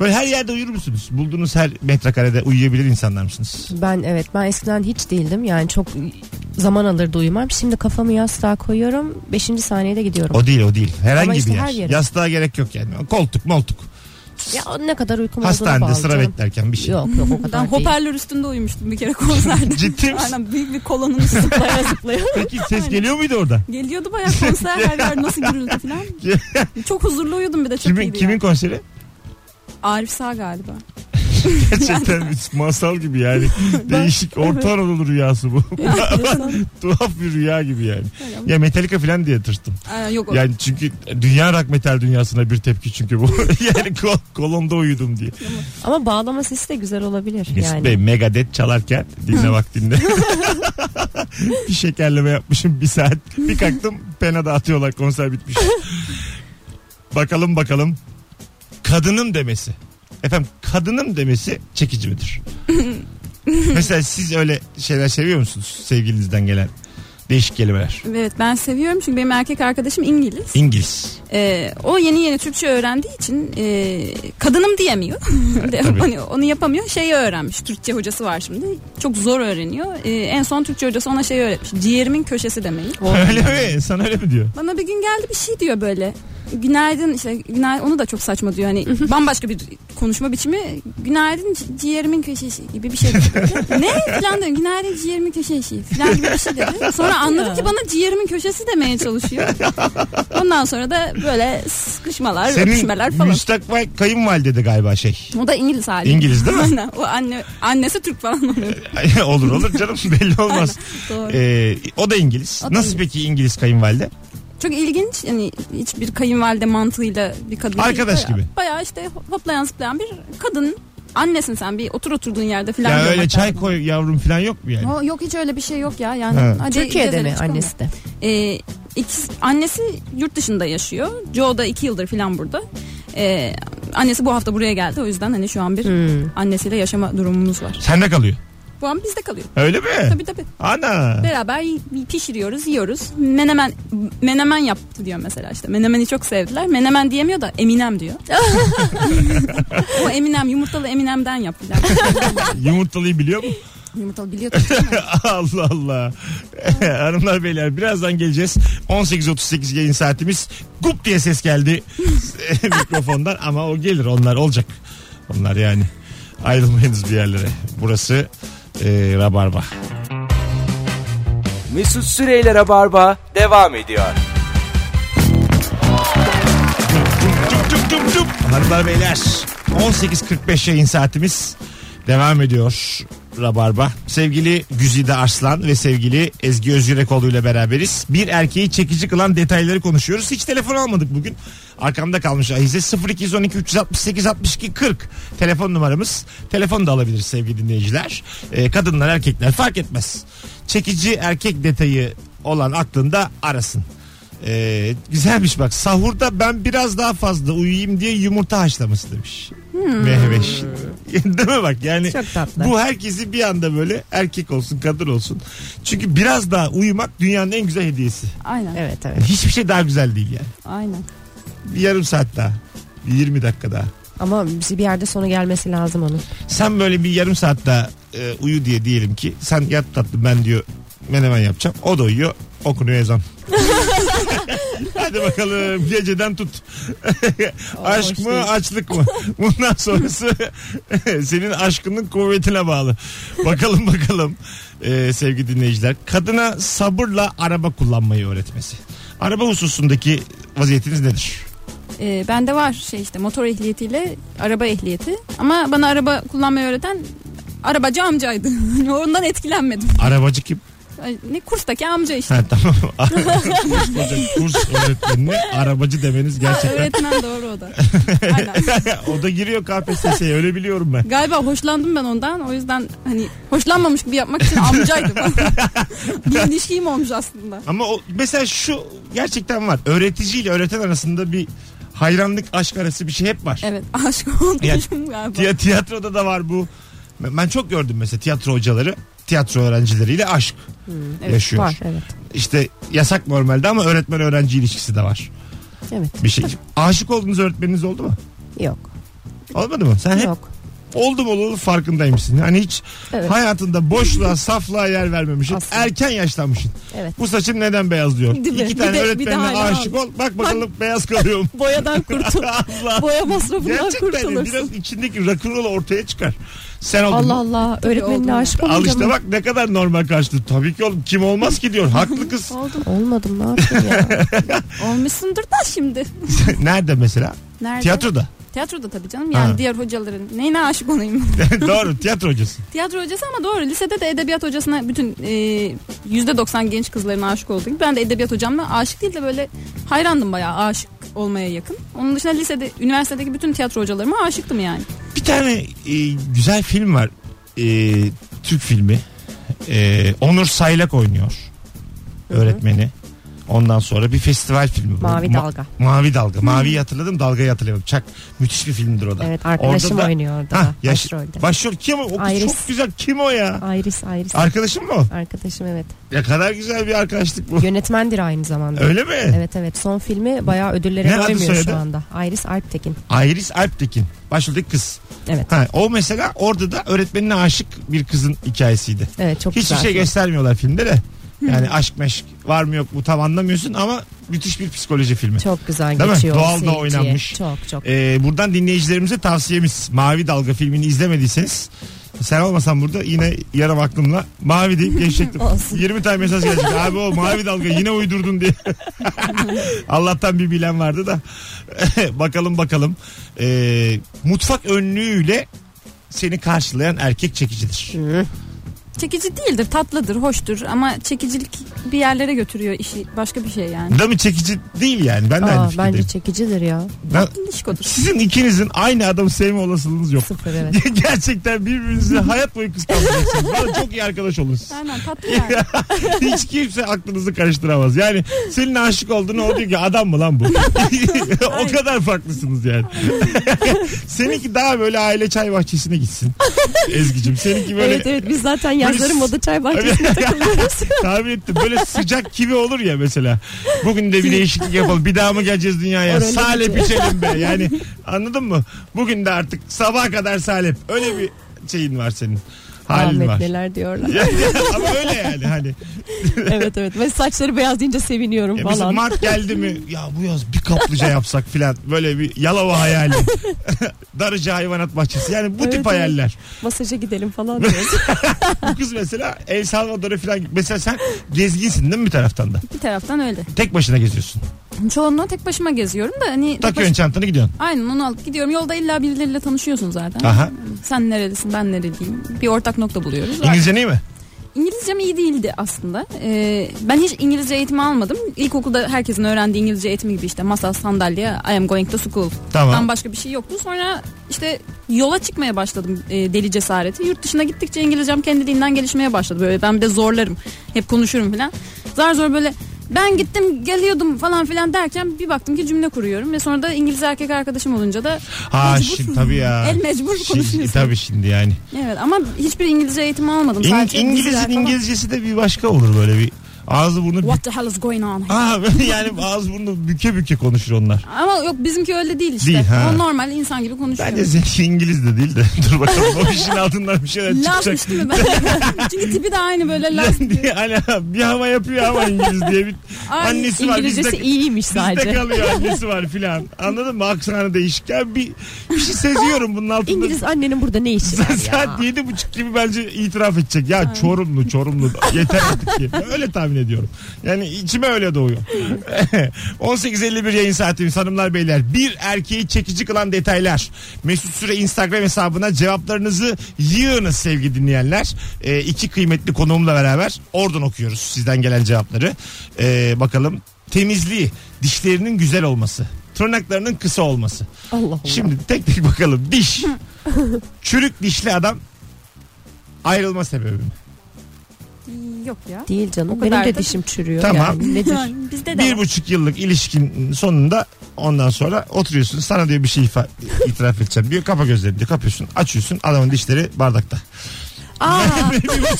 Speaker 2: Böyle her yerde uyur musunuz? Bulduğunuz her metrekarede uyuyabilir insanlar mısınız?
Speaker 3: Ben evet ben eskiden hiç değildim. Yani çok zaman alırdı uyumam. Şimdi kafamı yastığa koyuyorum. Beşinci saniyede gidiyorum.
Speaker 2: O değil o değil. Herhangi
Speaker 3: işte
Speaker 2: bir yer.
Speaker 3: her yere.
Speaker 2: Yastığa gerek yok yani. Koltuk moltuk.
Speaker 3: Ya o ne kadar uykum olduğuna
Speaker 2: Hastanede
Speaker 3: bağlı
Speaker 2: sıra
Speaker 3: canım.
Speaker 2: beklerken bir şey.
Speaker 3: Yok yok o
Speaker 4: Ben
Speaker 3: kadar değil.
Speaker 4: hoparlör üstünde uyumuştum bir kere konserde.
Speaker 2: Ciddi misin?
Speaker 4: Aynen büyük bir kolonun üstü.
Speaker 3: Zıplaya zıplaya.
Speaker 2: Peki ses geliyor muydu orada?
Speaker 4: Geliyordu bayağı konser her yer nasıl gürültü falan. Çok huzurlu uyudum bir de çok
Speaker 2: Kimin,
Speaker 4: iyiydi
Speaker 2: kimin
Speaker 4: yani.
Speaker 2: konseri?
Speaker 4: Arif Sağ galiba.
Speaker 2: Gerçekten bir masal gibi yani. Değişik Orta Anadolu rüyası bu. Tuhaf bir rüya gibi yani. Ya Metallica falan diye tırstım.
Speaker 4: Aa, yok o.
Speaker 2: Yani çünkü dünya rock metal dünyasına bir tepki çünkü bu. yani kol, kolonda uyudum diye.
Speaker 3: Ama bağlama sesi de güzel olabilir
Speaker 2: Mesut
Speaker 3: yani.
Speaker 2: Bey Megadeth çalarken dinle vaktinde. bir şekerleme yapmışım bir saat. Bir kalktım pena dağıtıyorlar konser bitmiş. bakalım bakalım. Kadının demesi. Efendim kadının demesi çekici midir? Mesela siz öyle şeyler seviyor musunuz sevgilinizden gelen değişik kelimeler?
Speaker 4: Evet ben seviyorum çünkü benim erkek arkadaşım İngiliz.
Speaker 2: İngiliz.
Speaker 4: Ee, o yeni yeni Türkçe öğrendiği için e, kadınım diyemiyor. De-
Speaker 2: tabii.
Speaker 4: hani onu yapamıyor. Şeyi öğrenmiş. Türkçe hocası var şimdi. Çok zor öğreniyor. Ee, en son Türkçe hocası ona şey öğretmiş. Ciğerimin köşesi demeyi.
Speaker 2: Öyle mi? Sana öyle mi diyor?
Speaker 4: Bana bir gün geldi bir şey diyor böyle. Günaydın işte günaydın onu da çok saçma diyor hani bambaşka bir konuşma biçimi. Günaydın ci- ciğerimin köşesi gibi bir şey dedi. ne falan dedim günaydın ciğerimin köşesi falan gibi bir şey dedi. Sonra anladım ki bana ciğerimin köşesi demeye çalışıyor. Ondan sonra da böyle sıkışmalar, öpüşmeler
Speaker 2: Senin
Speaker 4: falan.
Speaker 2: müstakbel kayınvalide de galiba şey.
Speaker 4: o da İngiliz hali.
Speaker 2: İngiliz değil mi?
Speaker 4: Aynen. O anne, annesi Türk falan oluyor.
Speaker 2: olur olur canım belli olmaz.
Speaker 4: Doğru.
Speaker 2: Ee, o da İngiliz.
Speaker 4: O da
Speaker 2: Nasıl
Speaker 4: İngiliz.
Speaker 2: peki İngiliz kayınvalide?
Speaker 4: Çok ilginç yani hiçbir kayınvalide mantığıyla bir kadın. değil.
Speaker 2: Arkadaş
Speaker 4: Bayağı-
Speaker 2: gibi.
Speaker 4: Bayağı işte hoplayan zıplayan bir kadın. Annesin sen bir otur oturduğun yerde falan.
Speaker 2: Ya
Speaker 4: görmek
Speaker 2: öyle çay
Speaker 4: lazım.
Speaker 2: koy yavrum falan yok mu yani?
Speaker 4: O, yok hiç öyle bir şey yok ya. Yani
Speaker 2: Ha.
Speaker 4: hadi
Speaker 3: Türkiye'de
Speaker 4: gezelim,
Speaker 3: mi
Speaker 4: çıkalım.
Speaker 3: annesi de?
Speaker 4: Ee, ikisi- annesi yurt dışında yaşıyor. Joe da iki yıldır falan burada. Ee, annesi bu hafta buraya geldi. O yüzden hani şu an bir
Speaker 3: Hmm.
Speaker 4: annesiyle yaşama durumumuz var.
Speaker 2: Sende kalıyor.
Speaker 4: Bu an bizde kalıyor.
Speaker 2: Öyle mi?
Speaker 4: Tabii tabii.
Speaker 2: Ana.
Speaker 4: Beraber y- pişiriyoruz, yiyoruz. Menemen menemen yaptı diyor mesela işte. Menemeni çok sevdiler. Menemen diyemiyor da Eminem diyor. o Eminem yumurtalı Eminem'den yaptı.
Speaker 2: Yumurtalıyı biliyor mu?
Speaker 4: yumurtalı biliyor tabii.
Speaker 2: Allah Allah. Hanımlar beyler birazdan geleceğiz. 18.38 yayın saatimiz. Gup diye ses geldi mikrofondan ama o gelir onlar olacak. Onlar yani. Ayrılmayınız bir yerlere. Burası e, Rabarba.
Speaker 1: Mesut Süreyler'e barba devam ediyor.
Speaker 2: Tüp tüp tüp tüp. Hanımlar beyler 18.45 yayın saatimiz devam ediyor. Rabarba. Sevgili Güzide Arslan ve sevgili Ezgi Özgürekoğlu ile beraberiz. Bir erkeği çekici kılan detayları konuşuyoruz. Hiç telefon almadık bugün. Arkamda kalmış Ahize 0212 368 62 40 telefon numaramız. Telefon da alabiliriz sevgili dinleyiciler. Ee, kadınlar erkekler fark etmez. Çekici erkek detayı olan aklında arasın. Ee, güzelmiş bak sahurda ben biraz daha fazla uyuyayım diye yumurta haşlaması demiş. Mehveş. Değil mi bak yani
Speaker 3: Çok tatlı.
Speaker 2: bu herkesi bir anda böyle erkek olsun kadın olsun. Çünkü biraz daha uyumak dünyanın en güzel hediyesi.
Speaker 4: Aynen.
Speaker 3: Evet evet.
Speaker 2: Hiçbir şey daha güzel değil yani.
Speaker 4: Aynen.
Speaker 2: Bir yarım saat daha. Bir 20 dakika daha.
Speaker 3: Ama bizi bir yerde sonu gelmesi lazım onun.
Speaker 2: Sen böyle bir yarım saat daha e, uyu diye diyelim ki sen yat tatlı ben diyor menemen yapacağım. O da uyuyor okunuyor ezan. Hadi bakalım geceden tut. Aşk
Speaker 3: hoş
Speaker 2: mı
Speaker 3: değil.
Speaker 2: açlık mı? Bundan sonrası senin aşkının kuvvetine bağlı. Bakalım bakalım e, sevgili dinleyiciler. Kadına sabırla araba kullanmayı öğretmesi. Araba hususundaki vaziyetiniz nedir?
Speaker 4: Ee, bende var şey işte motor ehliyetiyle araba ehliyeti. Ama bana araba kullanmayı öğreten arabacı amcaydı. Ondan etkilenmedim.
Speaker 2: Arabacı kim?
Speaker 4: Ay, Ne kurstaki amca işte.
Speaker 2: Ha tamam. Hocam kurs öğretmenine arabacı demeniz gerçekten.
Speaker 4: Öğretmen doğru o da. Aynen.
Speaker 2: o da giriyor KPSS'ye öyle biliyorum ben.
Speaker 4: Galiba hoşlandım ben ondan. O yüzden hani hoşlanmamış gibi yapmak için amcaydı. bir ilişkim olmuş aslında.
Speaker 2: Ama o, mesela şu gerçekten var. Öğreticiyle öğreten arasında bir hayranlık aşk arası bir şey hep var.
Speaker 4: Evet aşk olmuşum galiba.
Speaker 2: Tiya- tiyatroda da var bu. Ben ben çok gördüm mesela tiyatro hocaları tiyatro öğrencileriyle aşk
Speaker 4: Hmm, evet,
Speaker 2: yaşıyor.
Speaker 3: Var evet.
Speaker 2: İşte yasak normalde ama öğretmen öğrenci ilişkisi de var.
Speaker 3: Evet.
Speaker 2: Bir şey. Aşık olduğunuz öğretmeniniz oldu mu?
Speaker 3: Yok.
Speaker 2: Olmadı mı? Sen hep
Speaker 3: Yok.
Speaker 2: oldum olalı farkındaymışsın. Hani hiç
Speaker 3: Evet.
Speaker 2: hayatında boşluğa, saflığa yer vermemişsin.
Speaker 3: Aslında.
Speaker 2: Erken yaşlanmışsın.
Speaker 3: Evet.
Speaker 2: Bu saçın neden beyaz diyor.
Speaker 4: Değil mi?
Speaker 2: İki
Speaker 4: Bir
Speaker 2: tane
Speaker 4: de- bir de
Speaker 2: öğretmenine
Speaker 4: hala
Speaker 2: aşık ol. Bak bakalım beyaz kalıyor mu?
Speaker 3: Boyadan kurtul.
Speaker 2: Allah.
Speaker 3: Boya masrafından
Speaker 2: Gerçekten biraz içindeki rock'n'roll ortaya çıkar. Sen oldun.
Speaker 3: Allah
Speaker 2: mu?
Speaker 3: Allah. Öğretmenine
Speaker 4: oldum.
Speaker 3: aşık
Speaker 2: Al
Speaker 3: olmayacağım.
Speaker 2: işte bak ne kadar normal karşılığı. Tabii ki oğlum kim olmaz ki diyor. Haklı kız.
Speaker 4: Oldum.
Speaker 3: Olmadım ne yapayım ya.
Speaker 4: Olmuşsundur da şimdi.
Speaker 2: Nerede mesela?
Speaker 4: Nerede?
Speaker 2: Tiyatroda.
Speaker 4: Tiyatroda tabii canım. Yani
Speaker 2: Ha.
Speaker 4: diğer hocaların neyine aşık olayım.
Speaker 2: Doğru tiyatro hocası.
Speaker 4: Tiyatro hocası ama doğru. Lisede de edebiyat hocasına bütün e, %90 genç kızların aşık olduğu gibi. Ben de edebiyat hocamla aşık değil de böyle hayrandım bayağı aşık olmaya yakın. Onun dışında lisede, üniversitedeki bütün tiyatro hocalarıma aşıktım yani.
Speaker 2: Bir tane e, güzel film var. E, Türk filmi. E, Onur Saylak oynuyor. Öğretmeni. Ondan sonra bir festival filmi. bu.
Speaker 3: Mavi
Speaker 2: Ma-
Speaker 3: Dalga.
Speaker 2: Mavi Dalga. Mavi'yi hatırladım dalgayı hatırlayamadım. Çak müthiş bir filmdir o da.
Speaker 3: Evet arkadaşım
Speaker 2: Orada da-
Speaker 3: oynuyor orada.
Speaker 2: Ha,
Speaker 3: da,
Speaker 2: yaş-
Speaker 3: başrolde.
Speaker 2: Başrol kim o? o kız
Speaker 3: Iris.
Speaker 2: çok güzel kim o ya?
Speaker 3: Iris Iris.
Speaker 2: Arkadaşım mı o?
Speaker 3: Arkadaşım evet.
Speaker 2: Ne kadar güzel bir arkadaşlık bu.
Speaker 3: Yönetmendir aynı zamanda.
Speaker 2: Öyle mi?
Speaker 3: Evet evet son filmi bayağı
Speaker 2: Ne
Speaker 3: ödüllere
Speaker 2: adı
Speaker 3: koymuyor
Speaker 2: soyadı?
Speaker 3: şu anda. Iris Alptekin.
Speaker 2: Iris Alptekin. Başroldeki kız.
Speaker 3: Evet.
Speaker 2: Ha, o mesela orada da öğretmenine aşık bir kızın hikayesiydi.
Speaker 3: Evet çok
Speaker 2: Hiçbir
Speaker 3: güzel.
Speaker 2: şey göstermiyorlar filmde de. Yani aşk meşk var mı yok mu tam anlamıyorsun ama müthiş bir psikoloji filmi.
Speaker 3: Çok güzel
Speaker 2: Değil mi?
Speaker 3: geçiyor.
Speaker 2: Doğal da
Speaker 3: seyirciye.
Speaker 2: oynanmış.
Speaker 3: Çok çok.
Speaker 2: Ee, buradan dinleyicilerimize tavsiyemiz Mavi Dalga filmini izlemediyseniz sen olmasan burada yine yarım aklımla mavi deyip geçecektim.
Speaker 3: Olsun.
Speaker 2: 20 tane mesaj gelecek. Abi o mavi dalga yine uydurdun diye. Allah'tan bir bilen vardı da. bakalım bakalım. Ee, mutfak önlüğüyle seni karşılayan erkek çekicidir.
Speaker 3: Hı.
Speaker 4: Çekici değildir, tatlıdır, hoştur ama çekicilik bir yerlere götürüyor işi. Başka bir şey yani.
Speaker 2: Değil mi çekici değil yani. Ben de aynı
Speaker 3: Aa, bence
Speaker 2: fikirdeyim.
Speaker 3: çekicidir ya.
Speaker 2: Ben-
Speaker 4: Dişkodur.
Speaker 2: Sizin ikinizin aynı adamı sevme olasılığınız yok.
Speaker 3: Sıfır evet.
Speaker 2: Gerçekten birbirinizi hayat boyu kıskanmayacaksınız. Bana çok iyi arkadaş olun siz.
Speaker 4: Aynen tatlı yani.
Speaker 2: Hiç kimse aklınızı karıştıramaz. Yani senin aşık olduğunu o diyor ki adam mı lan bu? o kadar farklısınız yani. Seninki daha böyle aile çay bahçesine gitsin. Ezgi'cim seninki böyle
Speaker 3: Evet evet biz zaten yazları
Speaker 2: Böyle-
Speaker 3: moda çay bahçesinde takılıyoruz.
Speaker 2: tahmin ettim. Böyle sıcak kivi olur ya mesela. Bugün de bir değişiklik yapalım. Bir daha mı geleceğiz dünyaya?
Speaker 3: Oraya
Speaker 2: salep
Speaker 3: gideceğiz.
Speaker 2: içelim be. Yani anladın mı? Bugün de artık sabaha kadar salep. Öyle bir şeyin var senin. Halin
Speaker 3: Ahmet
Speaker 2: var.
Speaker 3: neler diyorlar.
Speaker 2: Ama öyle yani hani.
Speaker 3: evet evet. Ve saçları beyaz deyince seviniyorum
Speaker 2: Ya mesela
Speaker 3: falan.
Speaker 2: Mart geldi mi ya bu yaz bir kaplıca yapsak filan böyle bir yalava hayali. Darıca hayvanat bahçesi yani bu
Speaker 3: Evet,
Speaker 2: tip
Speaker 3: evet.
Speaker 2: hayaller.
Speaker 3: Masaja gidelim falan diyoruz.
Speaker 2: Bu kız mesela El Salvador'a filan mesela sen gezginsin değil mi bir taraftan da?
Speaker 4: Bir taraftan öyle.
Speaker 2: Tek başına geziyorsun.
Speaker 4: Çoğunluğu tek başıma geziyorum da hani tek
Speaker 2: Takıyorsun çantanı gidiyorsun.
Speaker 4: baş- aynen onu alıp gidiyorum. Yolda illa birileriyle tanışıyorsun zaten.
Speaker 2: Aha.
Speaker 4: Sen nerelisin ben nereliyim. Bir ortak nokta buluyoruz.
Speaker 2: İngilizce iyi mi?
Speaker 4: İngilizcem iyi değildi aslında. Ee, ben hiç İngilizce eğitimi almadım. İlkokulda herkesin öğrendiği İngilizce eğitimi gibi işte masa, sandalye, I am going to school.
Speaker 2: Tamam.
Speaker 4: Dan başka bir şey yoktu. Sonra işte yola çıkmaya başladım e, deli cesareti. Yurt dışına gittikçe İngilizcem kendiliğinden gelişmeye başladı. Böyle ben bir de zorlarım. Hep konuşurum falan. Zar zor böyle ben gittim geliyordum falan filan derken bir baktım ki cümle kuruyorum. Ve sonra da İngiliz erkek arkadaşım olunca da
Speaker 2: Ha
Speaker 4: mecbur-
Speaker 2: şimdi tabii ya.
Speaker 4: El mecbur
Speaker 2: Şimdi,
Speaker 4: konuşuyorsun.
Speaker 2: tabii şimdi yani.
Speaker 4: Evet ama hiçbir İngilizce eğitimi almadım.
Speaker 2: İng-
Speaker 4: Sadece diziler
Speaker 2: İngiliz'in
Speaker 4: falan.
Speaker 2: İngilizcesi de bir başka olur böyle bir ağzı burnu bük-
Speaker 4: What the hell is going on?
Speaker 2: Aa, böyle yani ağzı burnu büke büke konuşur onlar.
Speaker 4: Ama yok bizimki öyle değil işte.
Speaker 2: Değil, ha.
Speaker 4: o normal insan gibi konuşuyor.
Speaker 2: Bence seninki İngiliz de değil de dur bakalım o işin altından bir şeyler çıkacak.
Speaker 4: Lazmış değil mi? Ben- Çünkü tipi de aynı böyle laz.
Speaker 2: diye hani bir hava yapıyor ama İngiliz diye bir
Speaker 4: Ay,
Speaker 2: annesi var
Speaker 3: İngilizcesi
Speaker 2: bizde,
Speaker 3: iyiymiş
Speaker 2: bizde
Speaker 3: sadece.
Speaker 2: kalıyor annesi var filan anladın mı aksanı değişik ya bir, bir şey seziyorum bunun altında
Speaker 3: İngiliz annenin burada ne işi var ya?
Speaker 2: Saat yedi buçuk gibi bence itiraf edecek. Ya çorumlu çorumlu yeter artık diye. Öyle tahmin ediyorum. Yani içime öyle doğuyor. 18.51 yayın saatimiz hanımlar beyler. Bir erkeği çekici kılan detaylar. Mesut Süre Instagram hesabına cevaplarınızı yığınız sevgili dinleyenler. Ee, iki kıymetli konuğumla beraber oradan okuyoruz sizden gelen cevapları. Ee, bakalım temizliği, dişlerinin güzel olması, tırnaklarının kısa olması.
Speaker 3: Allah Allah.
Speaker 2: Şimdi tek tek bakalım. Diş. Çürük dişli adam ayrılma sebebi mi?
Speaker 4: Yok ya.
Speaker 3: Değil
Speaker 4: O
Speaker 3: canım.
Speaker 4: kadar
Speaker 3: Benim de
Speaker 4: da-
Speaker 3: dişim çürüyor.
Speaker 2: Tamam.
Speaker 3: Yani. Nedir?
Speaker 4: Yani Bizde de
Speaker 2: Bir
Speaker 4: var.
Speaker 2: buçuk yıllık ilişkin sonunda ondan sonra oturuyorsun. Sana diyor bir şey ifa- itiraf edeceğim diyor. Kapa gözlerini diyor. Kapıyorsun. Açıyorsun. Adamın dişleri bardakta.
Speaker 4: Aa,
Speaker 2: bir buçuk, yıl-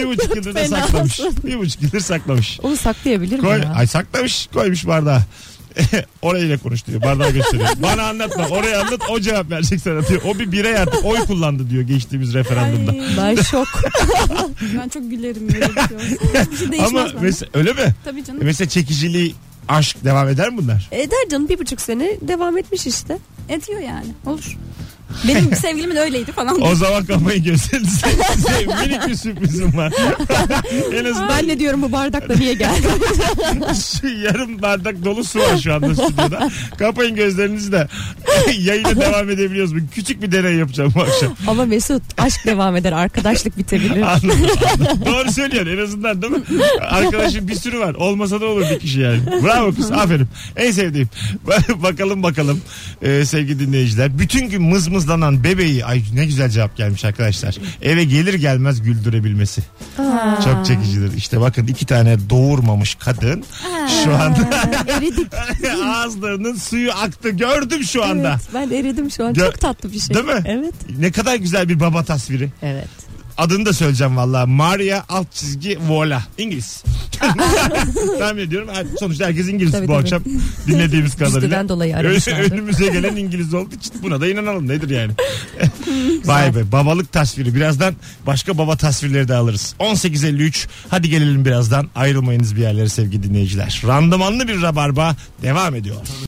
Speaker 2: bir buçuk yıldır da
Speaker 3: Fenasın.
Speaker 2: saklamış. Bir buçuk yıldır saklamış.
Speaker 3: Onu saklayabilir mi
Speaker 2: Koy,
Speaker 3: ya?
Speaker 2: ay saklamış. Koymuş bardağa. Orayla konuş diyor. Bardağı gösteriyor. Bana anlatma. Oraya anlat. O cevap verecek sana diyor. O bir birey artık oy kullandı diyor geçtiğimiz referandumda.
Speaker 3: Ben şok.
Speaker 4: ben çok gülerim böyle bir şey olsa. Hiçbir şey değişmez
Speaker 2: Ama
Speaker 4: bende.
Speaker 2: mesela, öyle mi?
Speaker 4: Tabii
Speaker 2: E
Speaker 4: canım.
Speaker 2: Mesela çekiciliği aşk devam eder mi bunlar?
Speaker 3: Eder canım bir buçuk sene devam etmiş işte.
Speaker 4: Ediyor yani. Olur. Benim sevgilimin öyleydi falan.
Speaker 2: O zaman kafayı gösterin size. Size Minik bir sürprizim var. en azından
Speaker 3: Ben ne diyorum bu bardakla niye geldi?
Speaker 2: şu yarım bardak dolu su var şu anda stüdyoda. Kapayın gözlerinizi de yayına devam edebiliyoruz. Bir Küçük bir deney yapacağım bu akşam.
Speaker 3: Ama Mesut aşk devam eder arkadaşlık bitebilir.
Speaker 2: Anladım, anladım. Doğru söylüyorsun en azından değil mi? Arkadaşın bir sürü var. Olmasa da olur bir kişi yani. Bravo kız aferin. En sevdiğim. bakalım bakalım ee, sevgili dinleyiciler. Bütün gün mızmızlanan bebeği ay ne güzel cevap gelmiş arkadaşlar. Eve gelir gelmez güldürebilmesi. Çok çekicidir. İşte bakın iki tane doğurmamış kadın şu anda
Speaker 3: Eridik.
Speaker 2: ağızlarının suyu aktı. Gördüm şu anda.
Speaker 3: Evet, ben eridim şu an.
Speaker 2: Gö-
Speaker 3: Çok tatlı bir şey.
Speaker 2: Değil mi?
Speaker 3: Evet.
Speaker 2: Ne kadar güzel bir baba tasviri.
Speaker 3: Evet.
Speaker 2: Adını da söyleyeceğim valla. Maria alt çizgi Vola. İngiliz. Tahmin ediyorum. her- Sonuçta herkes İngiliz
Speaker 3: Tabii,
Speaker 2: bu
Speaker 3: tabii.
Speaker 2: akşam dinlediğimiz kadarıyla.
Speaker 3: Bizden dolayı
Speaker 2: Ö-
Speaker 3: aramışlardı.
Speaker 2: Önümüze gelen İngiliz olduğu için buna da inanalım. Nedir yani? Vay be babalık tasviri. Birazdan başka baba tasvirleri de alırız. 18.53 hadi gelelim birazdan. Ayrılmayınız bir yerlere sevgili dinleyiciler. Randımanlı bir rabarba devam ediyor.